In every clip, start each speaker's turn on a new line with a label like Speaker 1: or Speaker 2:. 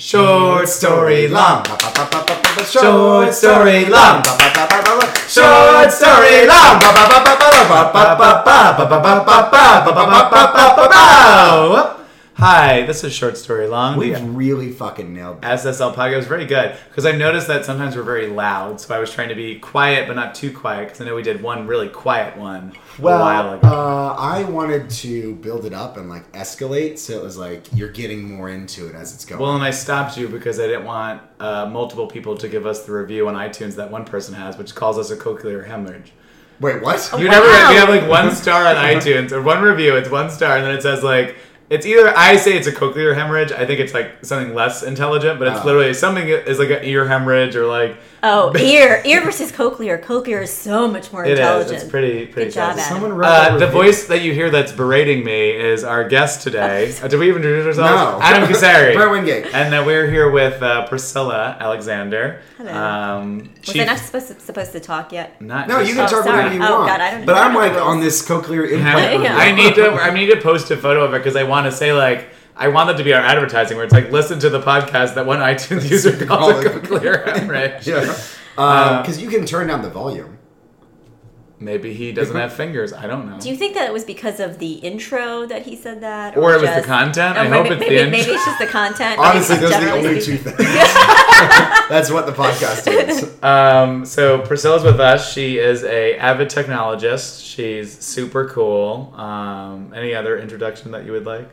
Speaker 1: Short story long.
Speaker 2: Short story long.
Speaker 1: Short story long. Hi, this is Short Story Long.
Speaker 2: We
Speaker 1: The
Speaker 2: really fucking nailed that.
Speaker 1: SSL podcast was very good because I've noticed that sometimes we're very loud, so I was trying to be quiet but not too quiet because I know we did one really quiet one a while
Speaker 2: Well,
Speaker 1: ago.
Speaker 2: uh, I wanted to build it up and like escalate, so it was like you're getting more into it as it's going.
Speaker 1: Well, and I stopped you because I didn't want uh, multiple people to give us the review on iTunes that one person has, which calls us a cochlear hemorrhage.
Speaker 2: Wait, what?
Speaker 1: You never
Speaker 3: Wow.
Speaker 1: we have like one star on iTunes or one review, it's one star, and then it says like it's either I say it's a cochlear hemorrhage. I think it's like something less intelligent, but it's
Speaker 2: Oh.
Speaker 1: literally something is like an ear hemorrhage or like
Speaker 3: Oh, ear, ear versus cochlear. Cochlear is so much more
Speaker 1: it is.
Speaker 3: intelligent.
Speaker 1: It's pretty pretty.
Speaker 3: Good job,
Speaker 1: sassy.
Speaker 3: Adam.
Speaker 2: Someone wrote that
Speaker 1: Uh, the
Speaker 2: review.
Speaker 1: voice that you hear that's berating me is our guest today. Uh, did we even introduce ourselves?
Speaker 2: No.
Speaker 1: Adam Uh, Kasari.
Speaker 2: Brett Wingate.
Speaker 1: And then we're here with uh, Priscilla Alexander.
Speaker 3: Hello.
Speaker 1: Um,
Speaker 3: Was
Speaker 1: chief-
Speaker 3: I not supposed to, supposed to talk yet?
Speaker 1: not
Speaker 2: No, you can
Speaker 3: Oh,
Speaker 2: talk whatever
Speaker 3: sorry.
Speaker 2: you
Speaker 3: Oh,
Speaker 2: want.
Speaker 3: God, I don't
Speaker 2: but
Speaker 3: know
Speaker 2: I'm
Speaker 3: the
Speaker 2: like
Speaker 3: rules.
Speaker 2: on this cochlear implant. review.
Speaker 3: Yeah.
Speaker 1: I need to. I need to post a photo of it because I want to say like I want that to be our advertising where it's like listen to the podcast that one iTunes user calls a cochlear hemorrhage.
Speaker 2: Yeah.
Speaker 1: Uh,
Speaker 2: Because you can turn down the volume.
Speaker 1: Maybe he doesn't have fingers. I don't know.
Speaker 3: Do you think that it was because of the intro that he said that,
Speaker 1: Or it was the content?
Speaker 3: Oh,
Speaker 1: I
Speaker 3: maybe,
Speaker 1: hope it's the
Speaker 3: maybe,
Speaker 1: intro.
Speaker 3: Maybe it's just the content. maybe
Speaker 2: Honestly,
Speaker 3: just
Speaker 2: those are the
Speaker 3: generally
Speaker 2: only two
Speaker 3: speaking.
Speaker 2: things. That's what the podcast is.
Speaker 1: Um, so Priscilla's with us. She is a avid technologist. She's super cool. Um, any other introduction that you would like?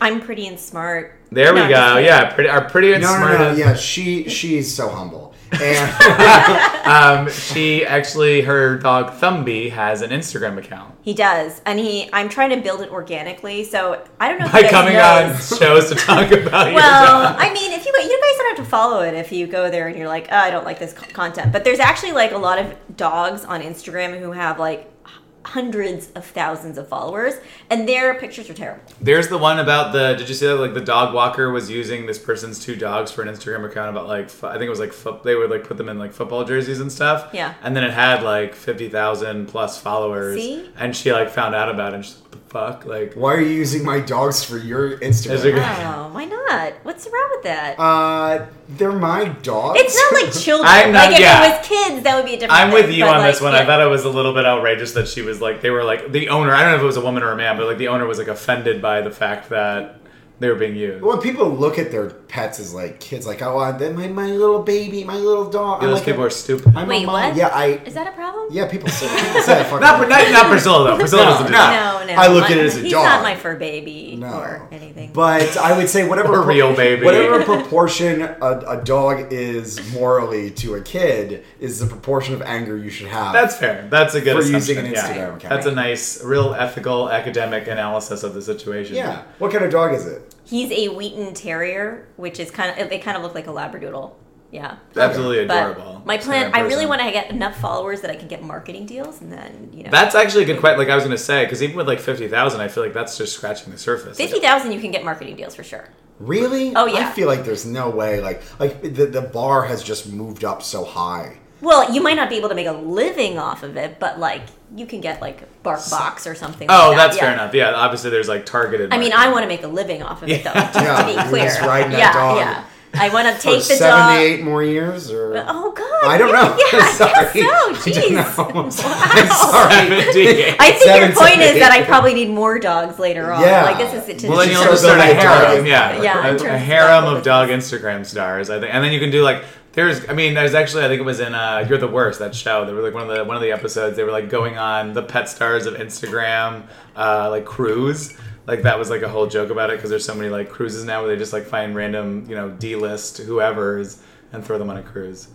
Speaker 3: I'm pretty and smart.
Speaker 1: There
Speaker 3: No,
Speaker 1: we
Speaker 3: I'm just
Speaker 1: go.
Speaker 3: kidding.
Speaker 1: Yeah, pretty. Our pretty and
Speaker 2: No, no,
Speaker 1: smart.
Speaker 2: no. Yeah, she she's so humble. And
Speaker 1: Um, she actually, her dog Thumby has an Instagram account.
Speaker 3: He does, and he. I'm trying to build it organically, so I don't know. If you
Speaker 1: By
Speaker 3: guys
Speaker 1: coming
Speaker 3: know.
Speaker 1: on shows to talk about your
Speaker 3: Well,
Speaker 1: dog.
Speaker 3: I mean, if you go- you guys don't have to follow it if you go there and you're like, oh, I don't like this c- content. But there's actually like a lot of dogs on Instagram who have like h- hundreds of thousands of followers, and their pictures are terrible.
Speaker 1: There's the one about the. Did you see that? Like the dog walker was using this person's two dogs for an Instagram account about like fo- I think it was like fo- they would like put them in like football jerseys and stuff.
Speaker 3: Yeah.
Speaker 1: And then it had like fifty thousand plus followers.
Speaker 3: See?
Speaker 1: And she like found out about it. and She's like, what the fuck? Like
Speaker 2: why are you using my dogs for your
Speaker 1: Is it
Speaker 2: Instagram?
Speaker 1: good?
Speaker 3: Oh, why not? What's wrong with that?
Speaker 2: Uh, they're my dogs.
Speaker 3: it's not like children.
Speaker 1: I'm not-
Speaker 3: like if
Speaker 1: yeah.
Speaker 3: it was kids, that would be a different.
Speaker 1: I'm with
Speaker 3: thing,
Speaker 1: you
Speaker 3: but,
Speaker 1: on
Speaker 3: like,
Speaker 1: this one. I
Speaker 3: yeah.
Speaker 1: thought it was a little bit outrageous that she was like they were like the owner. I don't know if it was a woman or a man, but like the owner was like offended by the fact that they were being used.
Speaker 2: When people look at their pets as like kids, like oh, I, my my little baby, my little dog. I'm
Speaker 1: Those
Speaker 2: like, uh,
Speaker 1: people are stupid.
Speaker 2: I'm a
Speaker 3: Wait,
Speaker 2: mom.
Speaker 3: what?
Speaker 2: Yeah, I.
Speaker 3: Is that a problem?
Speaker 2: Yeah, people say, people say I fucking.
Speaker 1: Not, not, not Priscilla though. Priscilla doesn't do
Speaker 2: no.
Speaker 1: that.
Speaker 3: No, no.
Speaker 2: I look at
Speaker 3: my-
Speaker 2: it as a
Speaker 3: He's
Speaker 2: dog.
Speaker 3: not my fur baby
Speaker 2: No.
Speaker 3: or anything.
Speaker 2: But I would say whatever
Speaker 1: Or real baby.
Speaker 2: whatever proportion a, a dog is morally to a kid is the proportion of anger you should have.
Speaker 1: That's fair. That's a good
Speaker 2: For
Speaker 1: assumption.
Speaker 2: using an
Speaker 1: yeah.
Speaker 2: Instagram account.
Speaker 1: That's a nice, real ethical, academic analysis of the situation.
Speaker 2: yeah. What kind of dog is it?
Speaker 3: He's a Wheaton Terrier, which is kind of they kind of look like a labradoodle. Yeah.
Speaker 1: Absolutely
Speaker 3: But
Speaker 1: adorable.
Speaker 3: my plan,
Speaker 1: Instagram
Speaker 3: I really
Speaker 1: person.
Speaker 3: want to get enough followers that I can get marketing deals, and then you know,
Speaker 1: That's actually a good question. Like I was going to say, because even with like 50,000, I feel like that's just scratching the surface.
Speaker 3: fifty thousand, you can get marketing deals for sure.
Speaker 2: Really?
Speaker 3: Oh, yeah.
Speaker 2: I feel like there's no way. Like like the the bar has just moved up so high.
Speaker 3: Well, you might not be able to make a living off of it, but like you can get like BarkBox or something.
Speaker 1: Oh,
Speaker 3: like that.
Speaker 1: that's
Speaker 3: yeah.
Speaker 1: fair enough. Yeah, obviously there's like targeted.
Speaker 3: I mean,
Speaker 1: marketing.
Speaker 3: I want to make a living off of it though. Just
Speaker 2: Yeah,
Speaker 3: to be
Speaker 2: you're
Speaker 3: clear,
Speaker 2: just riding that
Speaker 3: yeah,
Speaker 2: dog
Speaker 3: yeah. I want to
Speaker 2: For
Speaker 3: take the dog.
Speaker 2: seventy-eight more years, or
Speaker 3: Oh God!
Speaker 2: I don't
Speaker 3: yeah,
Speaker 2: know.
Speaker 3: Yeah, I
Speaker 2: Sorry.
Speaker 3: guess so.
Speaker 2: I don't
Speaker 3: Jeez.
Speaker 2: know.
Speaker 3: Wow.
Speaker 2: Sorry.
Speaker 1: 78.
Speaker 3: I think
Speaker 2: Seven,
Speaker 3: your point
Speaker 2: seven,
Speaker 3: is that
Speaker 2: eight.
Speaker 3: I probably need more dogs later on.
Speaker 2: Yeah.
Speaker 3: Like this is to
Speaker 1: well, then
Speaker 2: You
Speaker 1: you'll
Speaker 2: should
Speaker 1: just start a
Speaker 2: build a
Speaker 1: harem,
Speaker 2: dog.
Speaker 1: yeah,
Speaker 3: Yeah,
Speaker 1: a,
Speaker 3: in terms
Speaker 1: a
Speaker 3: of
Speaker 1: harem
Speaker 3: dog
Speaker 1: of dog Instagram stars, I think, and then you can do like there's, I mean, there's actually, I think it was in uh, "You're the Worst" that show. They were like one of the one of the episodes. They were like going on the pet stars of Instagram, uh, like cruise. Like that was like a whole joke about it because there's so many like cruises now where they just like find random, you know, D-list whoever's and throw them on a cruise.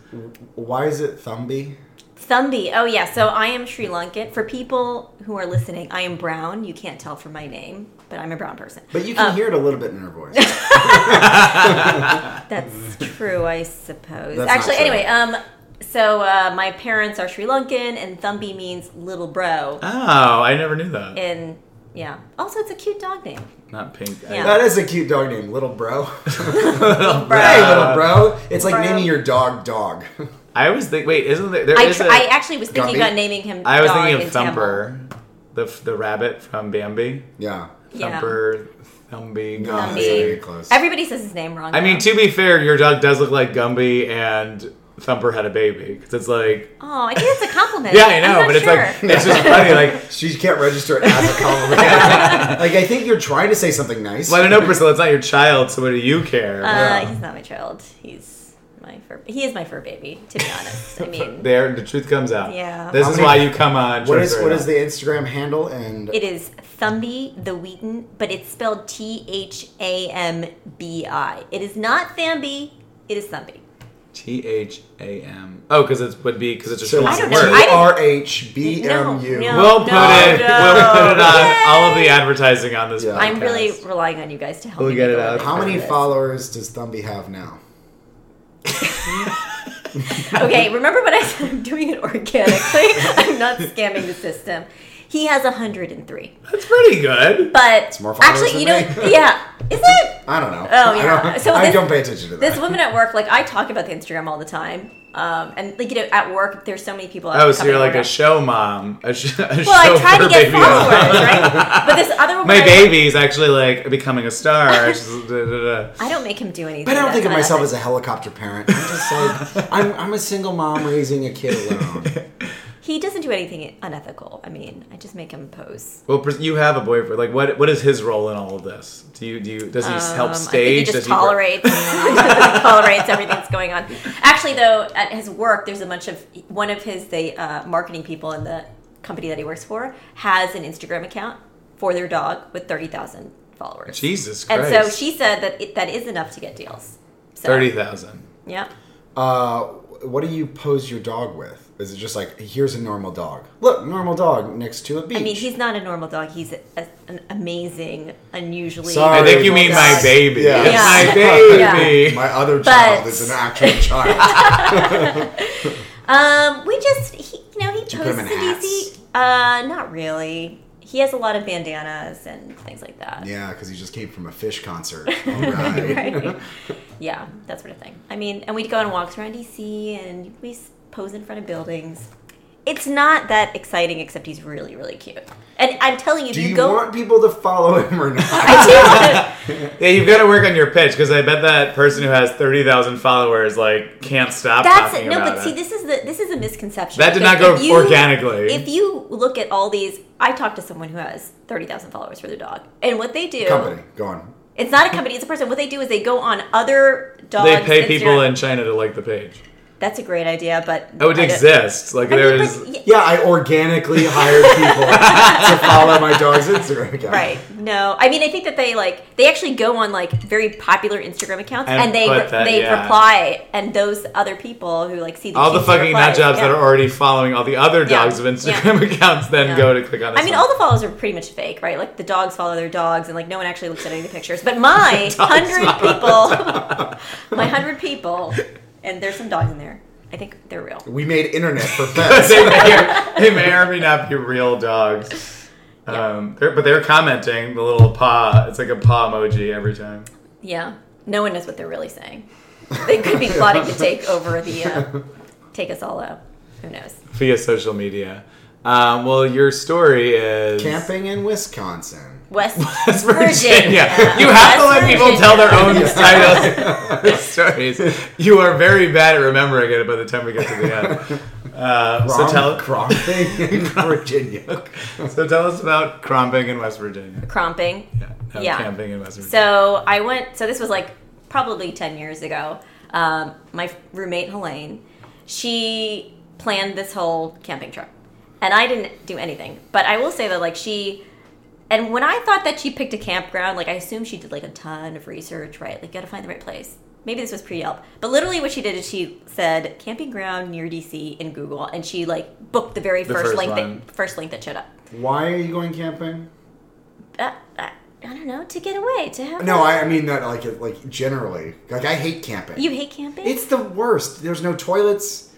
Speaker 2: Why is it Thumby?
Speaker 3: Thumbi. Oh yeah. So I am Sri Lankan. For people who are listening, I am brown. You can't tell from my name, but I'm a brown person.
Speaker 2: But you can
Speaker 3: Um,
Speaker 2: hear it a little bit in her voice.
Speaker 3: That's true, I suppose.
Speaker 2: That's not
Speaker 3: Actually,
Speaker 2: true.
Speaker 3: anyway, um, so uh, my parents are Sri Lankan, and Thumbi means little bro.
Speaker 1: Oh, I never knew that.
Speaker 3: And yeah, also it's a cute dog name.
Speaker 1: Not pink. I-
Speaker 3: Yeah.
Speaker 2: that is a cute dog name, little bro.
Speaker 3: Bro.
Speaker 2: hey, little bro. It's like
Speaker 3: Bro.
Speaker 2: naming your dog dog.
Speaker 1: uh, I was think. Wait, isn't there? there
Speaker 3: I,
Speaker 1: is
Speaker 3: tr-
Speaker 1: a-
Speaker 3: I actually was thinking
Speaker 2: Gumby?
Speaker 3: about naming him.
Speaker 1: I was
Speaker 3: dog
Speaker 1: thinking of
Speaker 3: in Tamil.
Speaker 1: Thumper, the the rabbit from Bambi.
Speaker 2: yeah.
Speaker 3: Yeah.
Speaker 1: Thumper, Gumby. Gumby.
Speaker 2: No, that's not even
Speaker 3: Gumby.
Speaker 2: close.
Speaker 3: Everybody says his name wrong.
Speaker 1: I mean,
Speaker 3: too.
Speaker 1: to be fair, your dog does look like Gumby, and Thumper had a baby because it's like.
Speaker 3: Oh, I think it's a compliment.
Speaker 1: Yeah, I
Speaker 3: I'm
Speaker 1: know,
Speaker 3: not
Speaker 1: but it's
Speaker 3: sure.
Speaker 1: like it's just funny. Like,
Speaker 2: She can't register it as a compliment. like I think you're trying to say something nice.
Speaker 1: well, I don't know, Priscilla. It's not your child, so what do you care?
Speaker 3: Uh, he's not my child. He's my fur. He is my fur baby. To be honest, I mean,
Speaker 1: there, the truth comes out.
Speaker 3: Yeah.
Speaker 1: This
Speaker 2: How
Speaker 1: is
Speaker 2: many-
Speaker 1: why you come on.
Speaker 2: What
Speaker 1: Truth
Speaker 2: is
Speaker 1: or
Speaker 2: what
Speaker 1: Not.
Speaker 2: is the Instagram handle and
Speaker 3: it is Thumby the Wheaton, but it's spelled T H A M B I. It is not Thamby. It is Thumby.
Speaker 1: T H A M. Oh, because it would be because it's just
Speaker 2: so
Speaker 1: one
Speaker 3: I don't
Speaker 1: word.
Speaker 3: know. I
Speaker 2: T
Speaker 3: didn't-
Speaker 2: R H B
Speaker 3: No,
Speaker 2: M U?
Speaker 3: no.
Speaker 1: We'll put it.
Speaker 3: no.
Speaker 1: We'll put it on
Speaker 3: Yay.
Speaker 1: all of the advertising on this.
Speaker 2: Yeah.
Speaker 1: podcast.
Speaker 3: I'm really relying on you guys to help
Speaker 1: We'll
Speaker 3: me
Speaker 1: get
Speaker 3: make
Speaker 1: it
Speaker 3: a
Speaker 1: out.
Speaker 3: living
Speaker 2: How
Speaker 3: out
Speaker 2: many
Speaker 3: of this.
Speaker 2: followers does Thumby have now?
Speaker 3: Okay, remember what I said? I'm doing it organically. I'm not scamming the system. He has 103,
Speaker 1: That's pretty good.
Speaker 3: but
Speaker 2: more followers
Speaker 3: actually, you know,
Speaker 2: than me.
Speaker 3: yeah, is it?
Speaker 2: I don't know.
Speaker 3: Oh,
Speaker 2: I
Speaker 3: yeah.
Speaker 2: don't,
Speaker 3: So
Speaker 2: I
Speaker 3: this-
Speaker 2: don't pay attention to that.
Speaker 3: There's women at work, like I talk about the Instagram all the time, um, and like you know, at work there's so many people.
Speaker 1: Oh, so you're like
Speaker 3: coming
Speaker 1: a
Speaker 3: over.
Speaker 1: show mom. A sh- a
Speaker 3: well,
Speaker 1: show
Speaker 3: I try to
Speaker 1: for
Speaker 3: get
Speaker 1: baby mom.
Speaker 3: followers, right? But this other woman,
Speaker 1: My
Speaker 3: I-
Speaker 1: baby's actually like becoming a star. She's da, da, da.
Speaker 3: I don't make him do anything.
Speaker 2: But I don't think of
Speaker 3: that's
Speaker 2: myself
Speaker 3: not
Speaker 2: as a helicopter parent. I'm just like I'm, I'm a single mom raising a kid alone.
Speaker 3: ethical. He doesn't do anything unethical. I mean, I just make him pose.
Speaker 1: Well, pres- you have a boyfriend. Like, what what is his role in all of this? Do you do you, does he s-
Speaker 3: Um,
Speaker 1: help
Speaker 3: I
Speaker 1: stage?
Speaker 3: think he
Speaker 1: does
Speaker 3: just
Speaker 1: he work-
Speaker 3: tolerates, tolerates everything that's going on. Actually, though, at his work, there's a bunch of one of his the uh, marketing people in the company that he works for has an Instagram account for their dog with thirty thousand followers.
Speaker 1: Jesus
Speaker 3: and
Speaker 1: Christ.
Speaker 3: so she said that it, that is enough to get deals. So,
Speaker 1: thirty thousand.
Speaker 3: Yeah.
Speaker 2: Uh, what do you pose your dog with? Is it just like here's a normal dog? Look, normal dog next to a beach.
Speaker 3: I mean, he's not a normal dog. He's a, an amazing, unusually.
Speaker 2: Sorry.
Speaker 1: I think you
Speaker 2: Oh,
Speaker 1: mean
Speaker 3: dog.
Speaker 1: my
Speaker 2: God.
Speaker 1: baby.
Speaker 2: Yeah.
Speaker 1: It's my
Speaker 3: Yeah.
Speaker 1: baby.
Speaker 2: my other child
Speaker 3: But-
Speaker 2: is an actual child.
Speaker 3: Um, we just he, you know he
Speaker 2: you put him
Speaker 3: posts
Speaker 2: in
Speaker 3: it easy. Uh, not really. He has a lot of bandanas and things like that.
Speaker 2: yeah, because he just came from a fish concert. All right.
Speaker 3: Right? yeah, that sort of thing. I mean, and we'd go on walks around DC and we s- pose in front of buildings. It's not that exciting, except he's really, really cute. And I'm telling you, if
Speaker 2: Do
Speaker 3: you,
Speaker 2: you
Speaker 3: go.
Speaker 2: want people to follow him or not?
Speaker 3: I do.
Speaker 1: Yeah, you've got to work on your pitch because I bet that person who has thirty thousand followers like can't stop
Speaker 3: That's
Speaker 1: talking
Speaker 3: no,
Speaker 1: about
Speaker 3: but
Speaker 1: it.
Speaker 3: see, this is the this is a misconception.
Speaker 1: That did
Speaker 3: Because
Speaker 1: not go
Speaker 3: if you-
Speaker 1: organically.
Speaker 3: If you look at all these, I talked to someone who has thirty thousand followers for their dog, and what they do,
Speaker 2: Company, go on.
Speaker 3: it's not a company, it's a person. What they do is they go on other dogs.
Speaker 1: they pay people
Speaker 3: Instagram-
Speaker 1: in China to like the page.
Speaker 3: That's a great idea, but
Speaker 1: Oh, it
Speaker 3: I don't-
Speaker 1: exists. Like
Speaker 3: I mean,
Speaker 1: there
Speaker 3: but
Speaker 1: is.
Speaker 3: y-
Speaker 2: Yeah, I organically hired people to follow my dog's Instagram account.
Speaker 3: Right. No. I mean, I think that they like they actually go on like very popular Instagram accounts
Speaker 1: And
Speaker 3: and, they
Speaker 1: put
Speaker 3: re-
Speaker 1: that-
Speaker 3: they
Speaker 1: yeah.
Speaker 3: reply and those other people who like see the
Speaker 1: All the
Speaker 3: cute little
Speaker 1: fucking
Speaker 3: replies,
Speaker 1: nut jobs
Speaker 3: yeah.
Speaker 1: that are already following all the other
Speaker 3: Yeah.
Speaker 1: dogs of Instagram accounts then
Speaker 3: Yeah.
Speaker 1: go to click on. This
Speaker 3: I mean,
Speaker 1: one.
Speaker 3: all the follows are pretty much fake, right? Like the dogs follow their dogs, and like no one actually looks at any of the pictures. But my hundred people, my hundred people, and there's some dogs in there. I think they're real.
Speaker 2: We made internet for pets.
Speaker 1: they, may or, they may or may not be real dogs. Um, they're, but they're commenting the little paw. It's like a paw emoji every time.
Speaker 3: Yeah, no one knows what they're really saying. They could be plotting to take over the, uh, take us all out. Who knows?
Speaker 1: via social media. Um, well, your story is
Speaker 2: Camping in Wisconsin.
Speaker 3: West,
Speaker 1: That's
Speaker 3: Virginia.
Speaker 1: Virginia. You have to
Speaker 3: West
Speaker 1: let people tell their
Speaker 3: Virginia.
Speaker 1: own titles, their stories. You are very bad at remembering it by the time we get to the end. Uh, so
Speaker 2: Wrong-
Speaker 1: tell
Speaker 2: wrong thing in Virginia.
Speaker 1: so tell us about Cromping in West Virginia.
Speaker 3: Cromping.
Speaker 1: Yeah, no,
Speaker 3: Yeah.
Speaker 1: camping in West Virginia.
Speaker 3: So I went. So this was like probably ten years ago. Um, my roommate Helene, she planned this whole camping trip, and I didn't do anything. But I will say that like she, and when I thought that she picked a campground, like I assume she did like a ton of research, right? Like you got to find the right place. Maybe this was pre Yelp, but literally what she did is she said camping ground near DC in Google, and she like booked the very
Speaker 1: The
Speaker 3: first,
Speaker 1: first
Speaker 3: link
Speaker 1: one.
Speaker 3: that first link that showed up.
Speaker 2: Why are you going camping?
Speaker 3: Uh, uh, I don't know to get away to have
Speaker 2: No, I, I mean that like it- like generally. Like I hate camping.
Speaker 3: You hate camping?
Speaker 2: It's the worst. There's no toilets.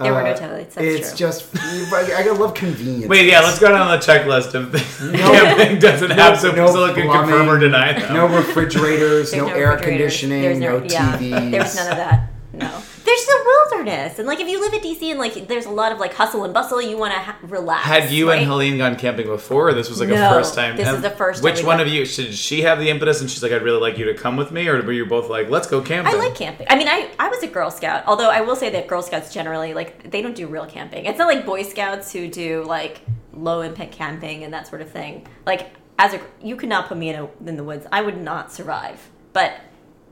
Speaker 2: Uh,
Speaker 3: There were no toilets, that's
Speaker 2: it's
Speaker 3: true.
Speaker 2: just I, I love convenience.
Speaker 1: Wait, yeah, let's go down the checklist of things
Speaker 2: No-
Speaker 1: camping doesn't
Speaker 2: no-
Speaker 1: have so
Speaker 2: no
Speaker 1: Priscilla can confirm or
Speaker 2: plumbing,
Speaker 1: deny them.
Speaker 2: No refrigerators,
Speaker 3: There's
Speaker 2: no, air
Speaker 3: refrigerators.
Speaker 2: conditioning,
Speaker 3: There's
Speaker 2: no,
Speaker 3: yeah,
Speaker 2: TVs.
Speaker 3: There was none of that. No. There's there's just a wilderness, and like if you live in DC and like there's a lot of like hustle and bustle, you want to ha- relax.
Speaker 1: Had you
Speaker 3: right?
Speaker 1: and Helene gone camping before? Or this was like
Speaker 3: No,
Speaker 1: a first time.
Speaker 3: this is
Speaker 1: Um,
Speaker 3: the first time
Speaker 1: Which
Speaker 3: we
Speaker 1: one
Speaker 3: went.
Speaker 1: of you should she have the impetus? And she's like, I'd really like you to come with me, or were you both like, let's go
Speaker 3: I
Speaker 1: camping?
Speaker 3: like camping. I mean, I, I was a Girl Scout, although I will say that Girl Scouts generally like they don't do real camping. It's not like Boy Scouts who do like low impact camping and that sort of thing. Like as a you could not put me in a, in the woods. I would not survive. But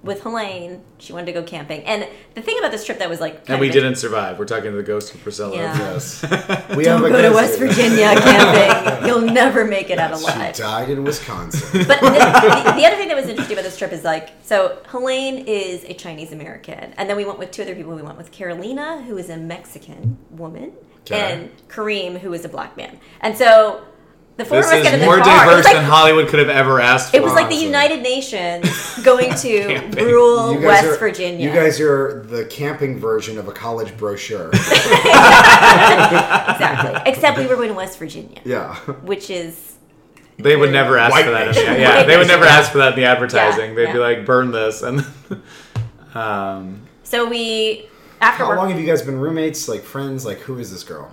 Speaker 3: with Helene, she wanted to go camping, and the thing about this trip that was like kind
Speaker 1: And we
Speaker 3: of-
Speaker 1: didn't survive. We're talking to the ghost of Priscilla.
Speaker 3: Yeah.
Speaker 2: Yes.
Speaker 1: Yes.
Speaker 2: We
Speaker 3: Don't
Speaker 2: have a
Speaker 3: go to
Speaker 2: guest
Speaker 3: West
Speaker 2: here.
Speaker 3: Virginia camping. You'll never make it out alive.
Speaker 2: She died in Wisconsin.
Speaker 3: But the, the, the other thing that was interesting about this trip is like, so Helene is a Chinese American, and then we went with two other people. We went with Carolina, who is a Mexican woman,
Speaker 2: Okay.
Speaker 3: and Kareem, who is a black man. And so the four
Speaker 1: this
Speaker 3: of us got
Speaker 1: is
Speaker 3: in the
Speaker 1: more
Speaker 3: car. It was
Speaker 1: diverse
Speaker 3: like,
Speaker 1: than Hollywood could have ever asked for.
Speaker 3: it was like the
Speaker 2: Awesome.
Speaker 3: United Nations going to
Speaker 1: Camping.
Speaker 3: rural
Speaker 2: You guys
Speaker 3: West
Speaker 2: are-
Speaker 3: Virginia.
Speaker 2: You guys are the camping version of a college brochure.
Speaker 3: exactly. Except we were going to West Virginia,
Speaker 2: yeah.
Speaker 3: which is
Speaker 1: they would never ask
Speaker 2: White
Speaker 1: for that. In
Speaker 2: nation.
Speaker 1: the, yeah,
Speaker 3: White
Speaker 1: they would
Speaker 3: nation,
Speaker 1: never
Speaker 3: yeah.
Speaker 1: ask for that in the advertising.
Speaker 3: Yeah,
Speaker 1: They'd be
Speaker 3: yeah.
Speaker 1: like, burn this, and um,
Speaker 3: so we after
Speaker 2: How
Speaker 3: work-
Speaker 2: long have you guys been roommates, like friends? Like, who is this girl?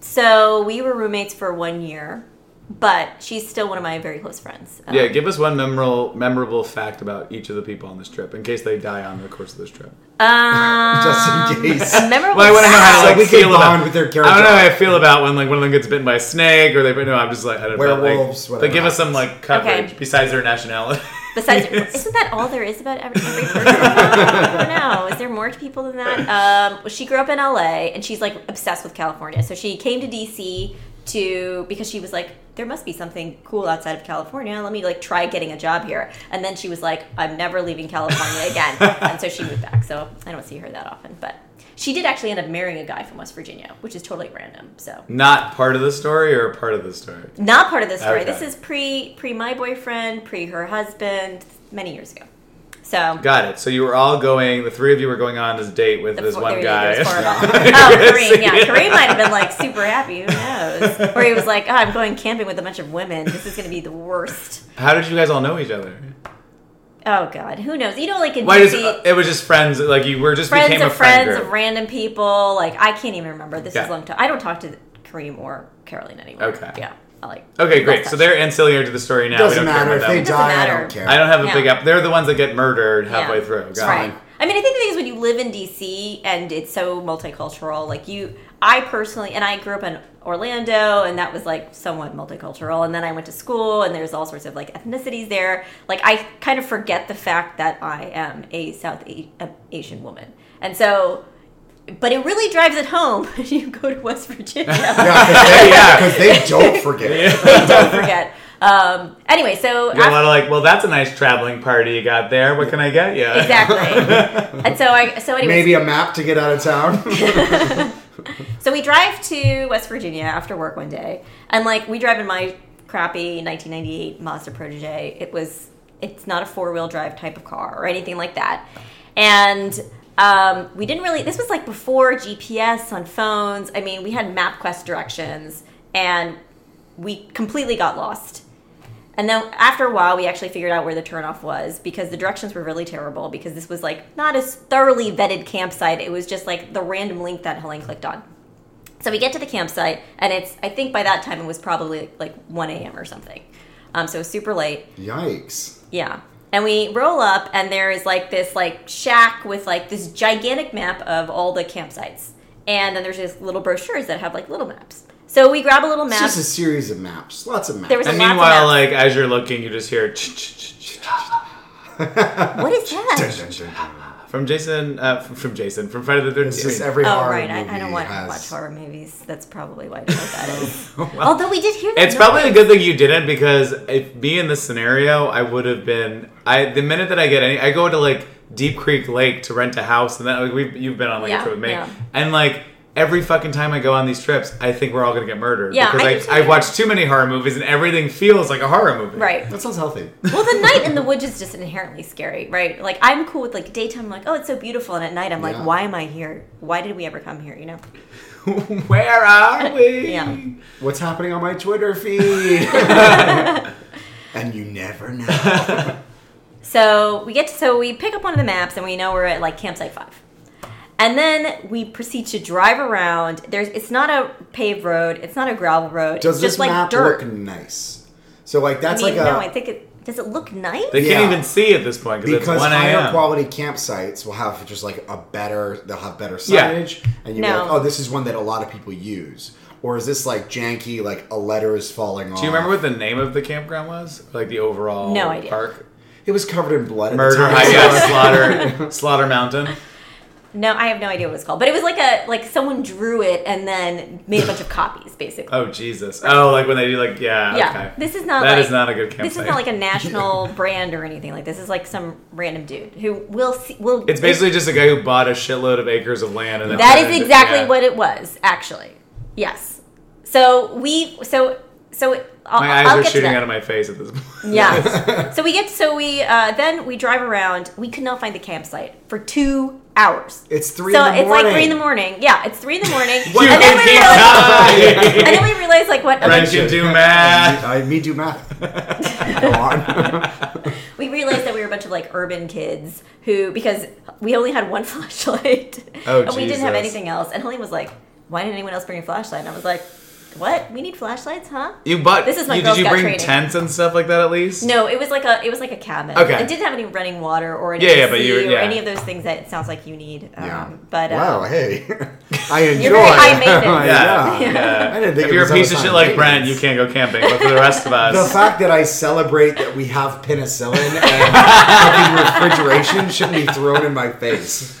Speaker 3: So we were roommates for one year, but she's still one of my very close friends. Um,
Speaker 1: yeah. Give us one memorable memorable fact about each of the people on this trip, in case they die on the course of this trip.
Speaker 3: Um,
Speaker 2: Just in case.
Speaker 3: A memorable.
Speaker 1: Well, I want to know how
Speaker 2: So
Speaker 1: to like
Speaker 2: we can
Speaker 1: feel
Speaker 2: bond
Speaker 1: about
Speaker 2: with their
Speaker 1: I don't know how I
Speaker 2: character.
Speaker 1: feel about when like one of them gets bitten by a snake or they. No, I'm just like I don't know.
Speaker 2: Werewolves,
Speaker 1: Like,
Speaker 2: whatever.
Speaker 1: they give us some like coverage
Speaker 3: Okay.
Speaker 1: besides their nationality.
Speaker 3: Besides, isn't that all there is about every, every person? I don't know. Is there more to people than that? Um, well, she grew up in LA and she's like obsessed with California. So she came to DC to because she was like, there must be something cool outside of California. Let me like try getting a job here. And then she was like, I'm never leaving California again. and so she moved back. So I don't see her that often, but she did actually end up marrying a guy from West Virginia, which is totally random. So
Speaker 1: Not part of the story or part of the story.
Speaker 3: Not part of the story.
Speaker 1: Okay.
Speaker 3: This is pre pre my boyfriend, pre her husband, many years ago. So
Speaker 1: Got it. So you were all going. The three of you were going on this date with
Speaker 3: the
Speaker 1: this
Speaker 3: four-
Speaker 1: one
Speaker 3: there
Speaker 1: guy.
Speaker 3: you go, there's four of us.
Speaker 1: Yes,
Speaker 3: oh, Kareem, yeah,
Speaker 1: yeah.
Speaker 3: Kareem might have been like super happy. Who knows? Where he was like, "Oh, I'm going camping with a bunch of women. This is going to be the worst."
Speaker 1: How did you guys all know each other?
Speaker 3: Oh God, who knows? You know, like in
Speaker 1: Why
Speaker 3: DC,
Speaker 1: does it was just friends? Like you were just
Speaker 3: friends
Speaker 1: became a
Speaker 3: of
Speaker 1: friend
Speaker 3: friends
Speaker 1: group.
Speaker 3: of random people. Like I can't even remember. This is
Speaker 1: Yeah.
Speaker 3: a long time. I don't talk to Kareem or Caroline anymore.
Speaker 1: Okay.
Speaker 3: Yeah. I like.
Speaker 1: Okay,
Speaker 3: lost
Speaker 1: great.
Speaker 3: touch.
Speaker 1: So they're ancillary to the story now. We
Speaker 2: Doesn't
Speaker 1: don't
Speaker 2: matter
Speaker 1: care
Speaker 2: if
Speaker 1: about
Speaker 2: they
Speaker 1: them.
Speaker 3: Doesn't
Speaker 2: die. I
Speaker 3: matter.
Speaker 2: don't care.
Speaker 1: I don't have a big
Speaker 3: Yeah.
Speaker 1: up. They're the ones that get murdered halfway
Speaker 3: Yeah.
Speaker 1: through. Got
Speaker 3: right.
Speaker 1: it.
Speaker 3: I mean, I think the thing is when you live in DC and it's so multicultural, like you, I personally, and I grew up in Orlando and that was like somewhat multicultural. And then I went to school and there's all sorts of like ethnicities there. Like I kind of forget the fact that I am a South a- a- Asian woman. And so, but it really drives it home when you go to West Virginia.
Speaker 2: Yeah, because they don't forget.
Speaker 3: Don't forget. Um, anyway, so
Speaker 1: You got a lot of like, well, that's a nice traveling party you got there. What can I get you?
Speaker 3: exactly. and so I, so anyway,
Speaker 2: Maybe a map to get out of town.
Speaker 3: So we drive to West Virginia after work one day, and like we drive in my crappy 1998 Mazda Protege. It was it's not a four wheel drive type of car or anything like that, and um, we didn't really. This was like before GPS on phones. I mean, we had MapQuest directions, and we completely got lost. And then after a while, we actually figured out where the turnoff was because the directions were really terrible because this was like not as thoroughly vetted campsite. It was just like the random link that Helen clicked on. So we get to the campsite, and it's, I think by that time it was probably like 1 a.m. or something. Um, so it was super late.
Speaker 2: Yikes.
Speaker 3: Yeah. And we roll up, and there is like this like shack with like this gigantic map of all the campsites. And then there's just little brochures that have like little maps. So we grab a little
Speaker 2: It's
Speaker 3: map.
Speaker 2: just a series of maps. Lots of maps.
Speaker 3: There was-
Speaker 1: And
Speaker 3: Lots of
Speaker 1: meanwhile,
Speaker 3: maps.
Speaker 1: like as you're looking, you just hear "Ch- ch- ch- ch-
Speaker 3: what is
Speaker 2: Dun,
Speaker 3: that?
Speaker 2: dun, dun, dun.
Speaker 1: from Jason, uh, from, from Jason, from Friday the
Speaker 2: It's just
Speaker 1: Thirteenth.
Speaker 2: every
Speaker 3: Oh
Speaker 2: horror
Speaker 3: right,
Speaker 2: movie
Speaker 3: I, I don't want
Speaker 2: has.
Speaker 3: to watch horror movies. That's probably why I know what that is. Although we did hear that.
Speaker 1: It's probably a good thing you didn't because if me in this scenario, I would have been. I the minute that I get any, I go to like Deep Creek Lake to rent a house, and then like, we've, you've been on like
Speaker 3: Yeah,
Speaker 1: a trip with me,
Speaker 3: yeah.
Speaker 1: and like. Every fucking time I go on these trips, I think we're all gonna get murdered
Speaker 3: Yeah, I do
Speaker 1: because
Speaker 3: too.
Speaker 1: I, I've watched too many horror movies and everything feels like a horror movie.
Speaker 3: right.
Speaker 2: That sounds healthy.
Speaker 3: Well, the night in the woods is just inherently scary, right? Like I'm cool with like daytime, I'm like oh it's so beautiful, and at night I'm
Speaker 2: Yeah.
Speaker 3: like why am I here? Why did we ever come here? You know?
Speaker 1: Where are we?
Speaker 3: Yeah.
Speaker 2: What's happening on my Twitter feed? and you never know.
Speaker 3: So we get to, so we pick up one of the maps and we know we're at like campsite five, And then we proceed to drive around. There's it's not a paved road, it's not a gravel road.
Speaker 2: Does
Speaker 3: it's
Speaker 2: this
Speaker 3: just like
Speaker 2: map
Speaker 3: dirt.
Speaker 2: look nice? So like
Speaker 3: I
Speaker 2: that's
Speaker 3: mean,
Speaker 2: like a
Speaker 3: no, I think it does it look nice?
Speaker 1: They
Speaker 2: Yeah.
Speaker 1: can't even see at this point because it's
Speaker 2: because
Speaker 1: one
Speaker 2: higher
Speaker 1: a.m.
Speaker 2: quality campsites will have just like a better they'll have better
Speaker 1: Yeah.
Speaker 2: signage and you're
Speaker 3: No.
Speaker 2: like oh this is one that a lot of people use or is this like janky like a letter is falling off
Speaker 1: Do you remember what the name of the campground was? Like the overall
Speaker 3: No idea.
Speaker 1: park?
Speaker 2: it was covered in blood at the
Speaker 1: Murder,
Speaker 2: time,
Speaker 1: I
Speaker 2: so-
Speaker 1: guess, slaughter, slaughter mountain.
Speaker 3: No, I have no idea what it's called. But it was like a like someone drew it and then made a bunch of copies, basically.
Speaker 1: Oh Jesus! Oh, like when they do like yeah.
Speaker 3: yeah.
Speaker 1: Okay.
Speaker 3: This is not
Speaker 1: That
Speaker 3: like
Speaker 1: is not a good
Speaker 3: This is
Speaker 1: campsite.
Speaker 3: not like a national brand or anything like this. This is like some random dude who will see will
Speaker 1: It's basically just a guy who bought a shitload of acres of land and then
Speaker 3: That
Speaker 1: turned
Speaker 3: is
Speaker 1: it-
Speaker 3: exactly
Speaker 1: yeah.
Speaker 3: what it was, actually. Yes. So we so so I'll,
Speaker 1: My eyes
Speaker 3: I'll
Speaker 1: are
Speaker 3: get to
Speaker 1: shooting
Speaker 3: that.
Speaker 1: out of my face at this point.
Speaker 3: Yeah. so we get so we uh, then we drive around. We could not find the campsite for two hours.
Speaker 2: it's three
Speaker 3: so
Speaker 2: in the
Speaker 3: it's
Speaker 2: morning
Speaker 3: like three in the morning. Yeah, it's three in the morning.
Speaker 1: You
Speaker 3: and, then
Speaker 1: can
Speaker 3: we
Speaker 1: keep
Speaker 3: realize,
Speaker 1: time.
Speaker 3: and then we realize like what
Speaker 1: Friends can do math.
Speaker 2: I, me do math go on
Speaker 3: we realized that we were a bunch of like urban kids who because we only had one flashlight
Speaker 1: Oh,
Speaker 3: and we didn't have
Speaker 1: Jesus.
Speaker 3: anything else. And Helene was like, "Why didn't anyone else bring a flashlight?" And I was like, "What? We need flashlights, huh?"
Speaker 1: You bought.
Speaker 3: This is my
Speaker 1: you,
Speaker 3: Girl
Speaker 1: Did you
Speaker 3: Scout
Speaker 1: bring
Speaker 3: training.
Speaker 1: tents and stuff like that at least?
Speaker 3: No, it was like a it was like a cabin.
Speaker 1: Okay.
Speaker 3: It didn't have any running water or any
Speaker 1: Yeah, yeah,
Speaker 3: AC
Speaker 1: but you-
Speaker 3: or
Speaker 1: yeah.
Speaker 3: any of those things that it sounds like you need. Um,
Speaker 2: yeah
Speaker 3: But uh,
Speaker 2: wow hey I enjoy
Speaker 3: You're very high maintenance.
Speaker 1: Yeah.
Speaker 2: yeah.
Speaker 1: yeah.
Speaker 2: I didn't think
Speaker 1: if
Speaker 2: it
Speaker 1: you're
Speaker 2: was
Speaker 1: a piece of
Speaker 2: outside
Speaker 1: shit like
Speaker 2: maintenance.
Speaker 1: Brent, you can't go camping. But for the rest of
Speaker 2: The
Speaker 1: us,
Speaker 2: fact that I celebrate that we have penicillin and fucking refrigeration shouldn't be thrown in my face.